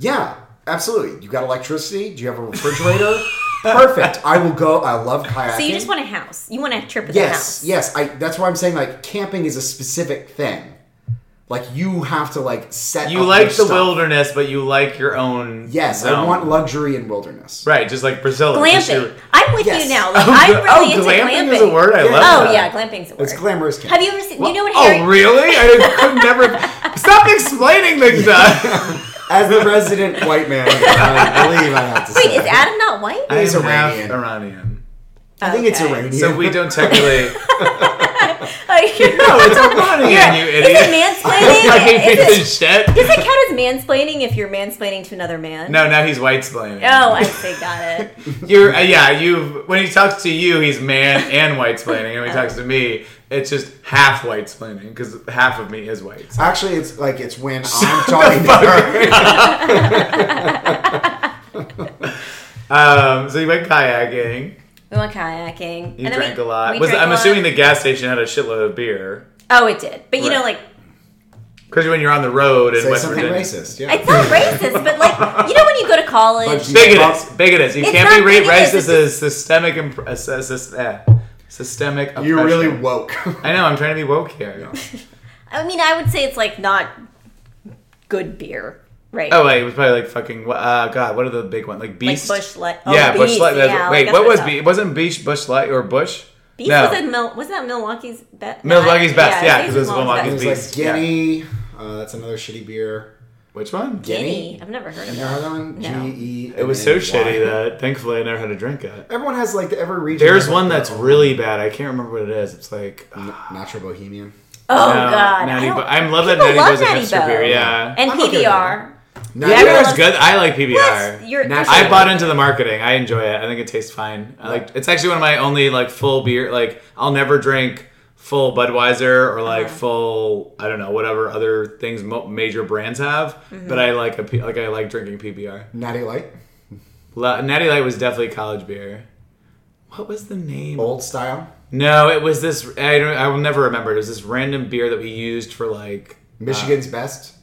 Speaker 2: yeah, absolutely. You got electricity? Do you have a refrigerator? Perfect. I will go. I love kayaking.
Speaker 3: so you just want a house you want a trip with a
Speaker 2: Yes,
Speaker 3: house
Speaker 2: yes. I. That's why I'm saying like camping is a specific thing. Like you have to like set.
Speaker 1: You
Speaker 2: up
Speaker 1: like
Speaker 2: your
Speaker 1: the
Speaker 2: stuff.
Speaker 1: wilderness, but you like your own.
Speaker 2: Yes, I
Speaker 1: zone.
Speaker 2: want luxury in wilderness.
Speaker 1: Right, just like Priscilla. just your-
Speaker 3: glamping i'm with
Speaker 2: Yes.
Speaker 3: you now like i'm
Speaker 1: gl-
Speaker 3: really
Speaker 1: oh,
Speaker 3: into
Speaker 1: glamping
Speaker 3: glamping,
Speaker 1: is a word? I
Speaker 3: oh
Speaker 1: love that.
Speaker 3: yeah glamping's a word
Speaker 2: It's glamorous camping.
Speaker 3: have you ever seen you know what harry
Speaker 1: Oh, really? I didn't- could never. Stop explaining things to us.
Speaker 2: As the resident white man, I believe I have to
Speaker 3: wait
Speaker 2: say.
Speaker 3: is adam not white Oh,
Speaker 1: I
Speaker 2: He's
Speaker 1: am half
Speaker 2: Iranian.
Speaker 1: Iranian.
Speaker 2: I think it's
Speaker 3: Okay.
Speaker 2: Iranian.
Speaker 1: So we don't technically.
Speaker 3: no,
Speaker 1: Oh, it's Iranian, you
Speaker 3: Is
Speaker 1: idiot.
Speaker 3: it mansplaining?
Speaker 1: Like,
Speaker 3: is it,
Speaker 1: piece of shit.
Speaker 3: does it count as mansplaining if you're mansplaining to another man?
Speaker 1: No, now he's white splaining.
Speaker 3: Oh, I see, got it.
Speaker 1: You're, uh, yeah, you. When he talks to you, he's man and white splaining. And when he talks to me, it's just half white splaining because half of me is white.
Speaker 2: Actually, it's like it's when I'm talking to her.
Speaker 1: Um, so you went kayaking.
Speaker 3: We went kayaking.
Speaker 1: You
Speaker 3: and then
Speaker 1: drank
Speaker 3: we-
Speaker 1: a lot.
Speaker 3: we
Speaker 1: Was
Speaker 3: drank
Speaker 1: I'm
Speaker 3: a lot.
Speaker 1: assuming the gas station had a shitload of beer
Speaker 3: Oh, it did. But you know,
Speaker 1: Right.
Speaker 3: like
Speaker 1: because when you're on the road in
Speaker 2: Say
Speaker 1: West
Speaker 2: something
Speaker 1: Virginia,
Speaker 2: racist. Yeah.
Speaker 3: it's not racist, but like you know when you go to college,
Speaker 2: But
Speaker 1: bigotous, bigotous. You
Speaker 3: It's
Speaker 1: can't be
Speaker 3: not
Speaker 1: rate
Speaker 3: bigotous, it's
Speaker 1: racist as systemic imp- uh, sy- sy- eh, systemic. Oppression.
Speaker 2: You're really woke.
Speaker 1: I know. I'm trying to be woke here.
Speaker 3: I mean, I would say it's like not good beer, right?
Speaker 1: Oh wait, it was probably like fucking. Uh, God, what are the big ones? Like
Speaker 3: like
Speaker 1: Beast.
Speaker 3: Bush Light. Oh,
Speaker 1: yeah,
Speaker 3: Beast.
Speaker 1: Bush Light. that's-
Speaker 3: Yeah,
Speaker 1: wait,
Speaker 3: that's
Speaker 1: what
Speaker 3: I
Speaker 1: was
Speaker 3: thought.
Speaker 1: Beast? Wasn't Beast Bush Light or Bush?
Speaker 3: Beast
Speaker 1: no.
Speaker 3: was in Mil- was that Milwaukee's best?
Speaker 1: Milwaukee's Best, yeah, 'cause it was
Speaker 2: It was
Speaker 1: Milwaukee's
Speaker 2: like
Speaker 1: Beast, yeah.
Speaker 2: Guinea. Uh, that's another shitty beer. E
Speaker 1: Which one?
Speaker 3: Guinea. I've never heard of
Speaker 2: You
Speaker 3: that.
Speaker 2: heard that one?
Speaker 3: No.
Speaker 2: G-E
Speaker 1: It was so shitty that thankfully I never had to drink it.
Speaker 2: everyone has like every region.
Speaker 1: There's
Speaker 2: has, like,
Speaker 1: one
Speaker 2: their
Speaker 1: that's
Speaker 2: own
Speaker 1: really bad. I can't remember what it is. It's like.
Speaker 2: N- Natural Bohemian.
Speaker 3: Oh
Speaker 1: No,
Speaker 3: god,
Speaker 1: Natty
Speaker 3: I don't-
Speaker 1: Bo- I love that
Speaker 3: People
Speaker 1: Natty
Speaker 3: love
Speaker 1: Bo's a
Speaker 3: Natty
Speaker 1: hipster
Speaker 3: Bo.
Speaker 1: beer, yeah.
Speaker 3: and
Speaker 2: I'm okay with
Speaker 3: PBR.
Speaker 2: Natural-
Speaker 3: Yeah,
Speaker 1: PBR is
Speaker 3: that's-
Speaker 1: good. I like
Speaker 3: Yes,
Speaker 1: PBR.
Speaker 3: you're, you're
Speaker 2: Natural.
Speaker 1: I bought into the marketing. I enjoy it. I think it tastes fine. I like. It's actually one of my only like full beer. Like I'll never drink full Budweiser or like
Speaker 3: Uh-huh.
Speaker 1: full I don't know whatever other things mo- major brands have.
Speaker 3: Mm-hmm.
Speaker 1: But I like a P- like I like drinking PBR.
Speaker 2: Natty Light,
Speaker 1: La- Natty Light was definitely college beer. What was the name?
Speaker 2: old style,
Speaker 1: No, it was this. I don't. I will never remember. It was this random beer that we used for like
Speaker 2: Michigan's best.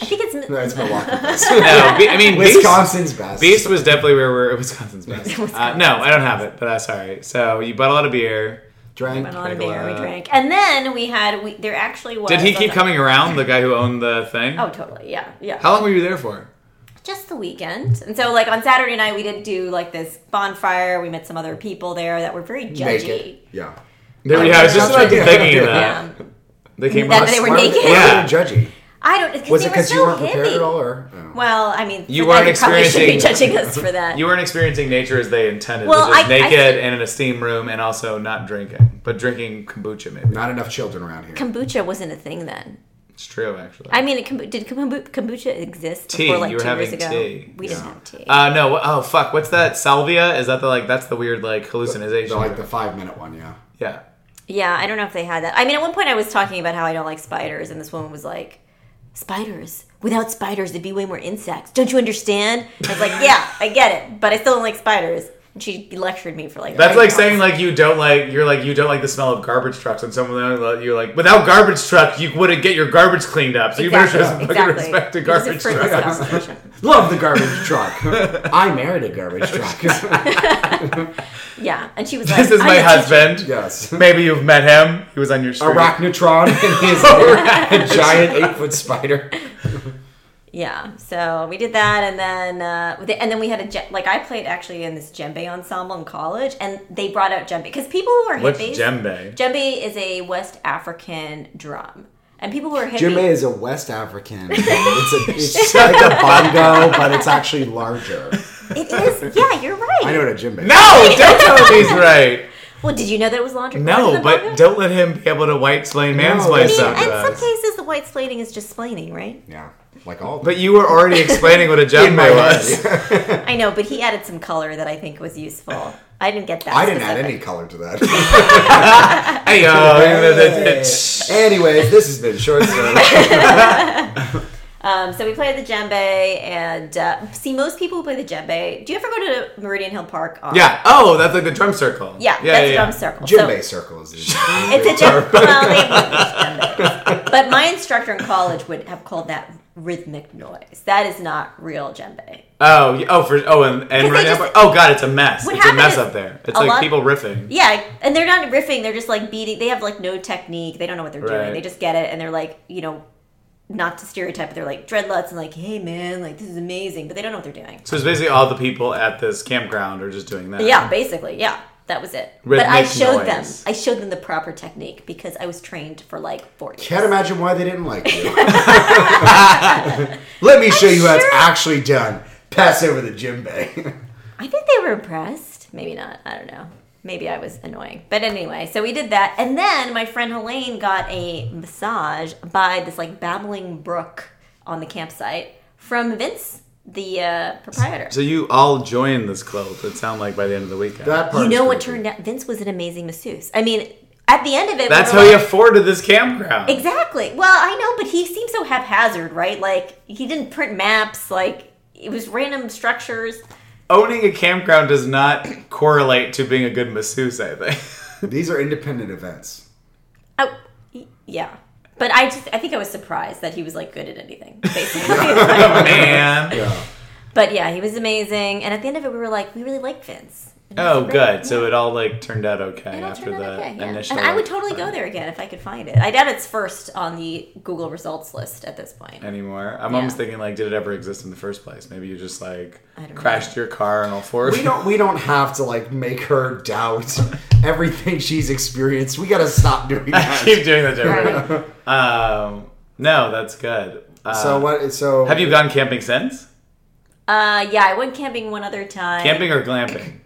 Speaker 3: I think it's
Speaker 2: No, it's Milwaukee's best.
Speaker 1: Uh, no, be- I mean Wisconsin.
Speaker 2: Wisconsin's best.
Speaker 1: Beast was definitely where we're Wisconsin's best.
Speaker 3: Wisconsin.
Speaker 1: Uh, no, I don't have it, but uh, sorry. So you bought a lot of beer.
Speaker 2: Drank.
Speaker 3: went on a
Speaker 1: Drank a
Speaker 3: beer. We
Speaker 1: lot.
Speaker 3: drank, and then we had we there actually was.
Speaker 1: uh, Did he keep
Speaker 3: on the-
Speaker 1: coming around? The guy who owned the thing.
Speaker 3: Oh, totally. Yeah, yeah.
Speaker 1: How long were you there for?
Speaker 3: Just the weekend, and so like on Saturday night we did do like this bonfire. We met some other people there that were very
Speaker 2: Naked.
Speaker 3: judgy.
Speaker 2: Yeah.
Speaker 1: There, yeah, I was just like
Speaker 2: That's right, yeah.
Speaker 1: thinking of
Speaker 2: Yeah.
Speaker 1: that. They came
Speaker 3: That
Speaker 1: on.
Speaker 3: they were
Speaker 2: Why
Speaker 3: naked?
Speaker 2: Why
Speaker 1: Yeah.
Speaker 2: were they judgy?
Speaker 3: I don't. Cause
Speaker 2: Was
Speaker 3: they
Speaker 2: it
Speaker 3: were
Speaker 2: because
Speaker 3: so
Speaker 2: you weren't prepared
Speaker 3: hippie.
Speaker 2: at all, or Oh. no.
Speaker 3: Well, I mean,
Speaker 1: You
Speaker 3: for that,
Speaker 1: weren't
Speaker 3: probably should be
Speaker 1: experiencing-
Speaker 3: judging us for that.
Speaker 1: You weren't experiencing nature as they intended,
Speaker 3: Well,
Speaker 1: which is
Speaker 3: I- I
Speaker 1: naked
Speaker 3: think-
Speaker 1: and in a steam room, and also not drinking, but drinking kombucha. Maybe
Speaker 2: not enough children around here?
Speaker 3: kombucha wasn't a thing then.
Speaker 1: it's true, actually.
Speaker 3: I mean, it, kombu- did kombu- kombucha exist
Speaker 1: Tea,
Speaker 3: before like
Speaker 1: you were
Speaker 3: two years
Speaker 1: having
Speaker 3: ago?
Speaker 1: tea.
Speaker 3: We didn't
Speaker 2: Yeah.
Speaker 3: have tea.
Speaker 1: Uh, no. wh- Oh, fuck. What's that? Salvia? Is that the like? That's the weird like hallucination.
Speaker 2: They're like the five minute one, yeah.
Speaker 1: yeah.
Speaker 3: yeah, I don't know if they had that. I mean, at one point I was talking about how I don't like spiders, and this woman was like, "Spiders? Without spiders, there'd be way more insects. Don't you understand?" I was like, "Yeah, I get it, but I still don't like spiders." And she lectured me for like.
Speaker 1: That's
Speaker 3: nine
Speaker 1: like
Speaker 3: hours.
Speaker 1: saying like you don't like you're like you don't like the smell of garbage trucks, and someone else- you're like without garbage truck you wouldn't get your garbage cleaned up. So
Speaker 3: Exactly.
Speaker 1: you better just fucking
Speaker 3: exactly.
Speaker 1: respect the
Speaker 3: It was a
Speaker 1: garbage
Speaker 3: frivolous
Speaker 1: truck.
Speaker 3: conversation.
Speaker 2: Love the garbage truck. I married a garbage truck.
Speaker 3: Yeah, and she was like,
Speaker 1: This is
Speaker 3: "I'm
Speaker 1: my
Speaker 3: a teacher."
Speaker 1: husband.
Speaker 2: yes.
Speaker 1: Maybe you've met him. He was on your street.
Speaker 2: Arachnotron and his giant eight foot spider.
Speaker 3: Yeah, so we did that, and then uh, th- and then we had a dje- like I played actually in this djembe ensemble in college, and they brought out djembe because people who are
Speaker 1: What's
Speaker 3: hippies.
Speaker 1: djembe?
Speaker 3: Djembe is a West African drum, and people who are hippies.
Speaker 2: Jimbe is a West African. It's, a, it's like a bongo, but it's actually larger.
Speaker 3: it is. Yeah, you're right.
Speaker 2: I know what a Jimbe is.
Speaker 1: No, don't tell him he's right.
Speaker 3: Well, did you know that it was laundry?
Speaker 1: No, but don't let him be able to white splain, mansplain
Speaker 2: I
Speaker 3: I
Speaker 2: mean,
Speaker 3: mean,
Speaker 1: stuff
Speaker 3: in
Speaker 1: to
Speaker 3: some
Speaker 1: us.
Speaker 3: cases, the white splating is just splaining, right?
Speaker 2: Yeah, like all of them.
Speaker 1: But you were already explaining what a
Speaker 2: In my
Speaker 1: djembe
Speaker 2: head.
Speaker 1: was.
Speaker 3: I know, but he added some color that I think was useful. I didn't get that.
Speaker 2: I didn't add
Speaker 3: specific.
Speaker 2: any color to that.
Speaker 1: hey uh, yo.
Speaker 2: Anyways, this has been short Circuit.
Speaker 3: Um, so we played the djembe, and uh, see, most people who play the djembe. Do you ever go to Meridian Hill Park? On,
Speaker 1: Yeah. Oh, that's like the drum circle.
Speaker 3: Yeah,
Speaker 1: Yeah.
Speaker 3: that's
Speaker 1: yeah,
Speaker 3: drum
Speaker 1: yeah.
Speaker 3: circle. So-
Speaker 2: Jimbe circles. Is
Speaker 3: It's a djembe. well, they have djembes. But my instructor in college would have called that rhythmic noise. That is not real djembe.
Speaker 1: Oh, yeah, oh, for oh, and, and
Speaker 3: Because
Speaker 1: right
Speaker 3: they
Speaker 1: now,
Speaker 3: just-
Speaker 1: oh god, it's a mess.
Speaker 3: What
Speaker 1: It's a
Speaker 3: happened
Speaker 1: mess
Speaker 3: is
Speaker 1: up there. It's
Speaker 3: a
Speaker 1: like
Speaker 3: lot-
Speaker 1: people riffing.
Speaker 3: Yeah, and they're not riffing. They're just like beating. They have like no technique. They don't know what they're
Speaker 1: Right.
Speaker 3: doing. They just get it, and they're like, you know, not to stereotype, but they're like dreadlocks and like, hey man, like this is amazing, but they don't know what they're doing.
Speaker 1: So it's basically all the people at this campground are just doing that.
Speaker 3: Yeah, basically, yeah. That was it. but I
Speaker 1: Rhythmic
Speaker 3: showed
Speaker 1: noise.
Speaker 3: them. I showed them the proper technique because I was trained for like four years.
Speaker 2: Can't imagine why they didn't like you. Let me show you how it's
Speaker 3: sure-
Speaker 2: actually done. Pass over the Jimbe.
Speaker 3: I think they were impressed. Maybe not. I don't know. Maybe I was annoying. But anyway, so we did that. And then my friend Helene got a massage by this like babbling brook on the campsite from Vince, the uh, proprietor.
Speaker 1: So you all joined this club. It sound like by the end of the weekend.
Speaker 2: That part
Speaker 3: you
Speaker 2: is
Speaker 3: know what
Speaker 2: creepy.
Speaker 3: turned out? Vince was an amazing masseuse. I mean, at the end of it, we
Speaker 1: that's
Speaker 3: were
Speaker 1: how you
Speaker 3: like-
Speaker 1: afforded this campground.
Speaker 3: Exactly. Well, I know, but he seemed so haphazard, right? Like, he didn't print maps. Like, it was random structures.
Speaker 1: Owning a campground does not correlate to being a good masseuse. I think.
Speaker 2: These are independent events.
Speaker 3: Oh, y- yeah. But I just, I think I was surprised that he was like good at anything, basically.
Speaker 1: Oh, Man.
Speaker 2: Yeah.
Speaker 3: but yeah, he was amazing. And at the end of it, we were like, we really like Vince. And I
Speaker 1: Oh,
Speaker 3: was like,
Speaker 1: good. So it all like turned out okay
Speaker 3: "It'll
Speaker 1: after
Speaker 3: turn out
Speaker 1: the
Speaker 3: okay," yeah.
Speaker 1: initial.
Speaker 3: And I would totally go there again if I could find it. I doubt it's first on the Google results list at this point.
Speaker 1: anymore. I'm
Speaker 3: Yeah.
Speaker 1: almost thinking like, did it ever exist in the first place? Maybe you just like
Speaker 3: I don't
Speaker 1: crashed your car and all four of
Speaker 2: We
Speaker 1: you.
Speaker 2: don't we don't have to like make her doubt everything she's experienced. We gotta stop doing that.
Speaker 1: keep doing that. Jennifer. um, no, that's good. Uh,
Speaker 2: so what so
Speaker 1: Have you gone camping since?
Speaker 3: Uh, yeah, I went camping one other time.
Speaker 1: Camping or glamping?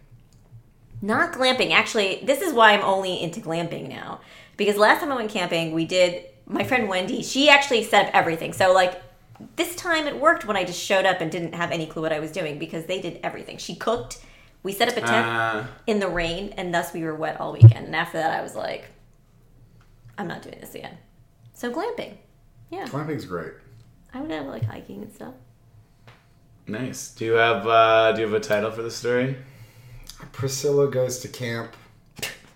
Speaker 3: Not glamping. Actually, this is why I'm only into glamping now. Because last time I went camping, we did, my friend Wendy, she actually set up everything. So, like, this time it worked when I just showed up and didn't have any clue what I was doing because they did everything. She cooked, we set up a tent
Speaker 1: Uh,
Speaker 3: in the rain, and thus we were wet all weekend. And after that, I was like, I'm not doing this again. So glamping. Yeah.
Speaker 2: Climbing's great.
Speaker 3: I would have like hiking and stuff.
Speaker 1: Nice. Do you have uh, do you have a title for the story?
Speaker 2: Priscilla goes to camp,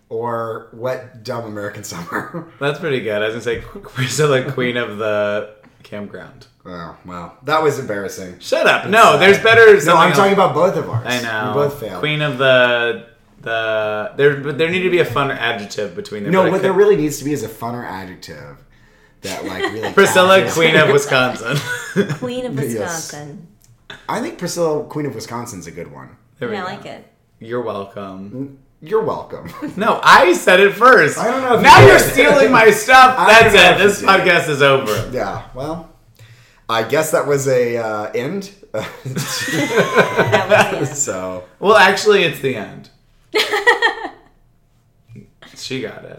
Speaker 2: or wet dumb American summer.
Speaker 1: That's pretty good. I was gonna say Qu- Priscilla, Queen of the Campground.
Speaker 2: oh wow, that was embarrassing.
Speaker 1: Shut up. No, there's better.
Speaker 2: No,
Speaker 1: something
Speaker 2: I'm
Speaker 1: else.
Speaker 2: talking about both of ours.
Speaker 1: I know.
Speaker 2: We both failed.
Speaker 1: Queen of the the there but there needed to be a fun adjective between them. but
Speaker 2: no,
Speaker 1: it
Speaker 2: what there
Speaker 1: could-
Speaker 2: really needs to be is a funner adjective that like really.
Speaker 1: Priscilla,
Speaker 2: captures-
Speaker 1: Queen of Wisconsin.
Speaker 3: Queen of
Speaker 2: Yes.
Speaker 3: Wisconsin.
Speaker 2: I think Priscilla, Queen of Wisconsin's a good one.
Speaker 1: There we
Speaker 3: Yeah, I
Speaker 1: go.
Speaker 3: like it.
Speaker 1: You're welcome.
Speaker 2: You're welcome.
Speaker 1: No, I said it first.
Speaker 2: I don't know if
Speaker 1: now
Speaker 2: you
Speaker 1: you're
Speaker 2: did.
Speaker 1: stealing my stuff.
Speaker 2: I don't
Speaker 1: That's
Speaker 2: know
Speaker 1: it.
Speaker 2: if you
Speaker 1: This
Speaker 2: did.
Speaker 1: podcast is over.
Speaker 2: yeah. Well, I guess that was a uh, end.
Speaker 3: That was the end.
Speaker 2: so
Speaker 1: Well, actually, it's the end. she got it.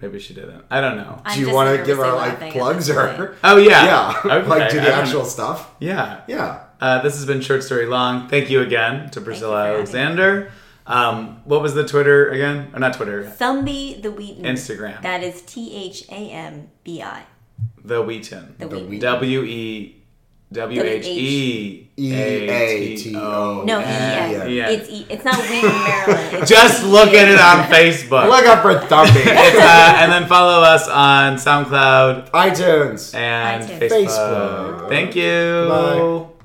Speaker 1: Maybe she didn't. I don't know.
Speaker 3: I'm
Speaker 2: do you
Speaker 3: just
Speaker 2: want to
Speaker 3: nervous
Speaker 2: give
Speaker 3: they
Speaker 2: our
Speaker 3: won't
Speaker 2: like
Speaker 3: think of
Speaker 2: plugs
Speaker 3: this
Speaker 2: or?
Speaker 1: Oh yeah.
Speaker 2: Yeah.
Speaker 1: Okay, um,
Speaker 2: like do
Speaker 1: I
Speaker 2: the
Speaker 1: don't-
Speaker 2: actual stuff.
Speaker 1: Yeah.
Speaker 2: Yeah.
Speaker 1: Uh, this has been Short Story Long. Thank you again to
Speaker 3: for
Speaker 1: Priscilla
Speaker 3: having me.
Speaker 1: Alexander. Um, what was the Twitter again? Or not Twitter,
Speaker 3: Thumby the Wheaton.
Speaker 1: Instagram.
Speaker 3: That is T H A M B I.
Speaker 1: The Wheaton.
Speaker 3: The
Speaker 2: The
Speaker 3: Wheaton.
Speaker 2: week.
Speaker 1: W E W H E
Speaker 2: E A T O.
Speaker 3: No,
Speaker 2: N.
Speaker 3: E N.
Speaker 1: Yeah.
Speaker 3: It's e- it's not Wheaton, Maryland. It's E
Speaker 1: Just look at it on
Speaker 2: Look
Speaker 1: Facebook.
Speaker 2: up for Thumpy.
Speaker 1: It's, uh, and then follow us on SoundCloud
Speaker 2: iTunes.
Speaker 1: and
Speaker 3: iTunes.
Speaker 1: Facebook.
Speaker 2: Facebook.
Speaker 1: Thank you.
Speaker 2: Bye.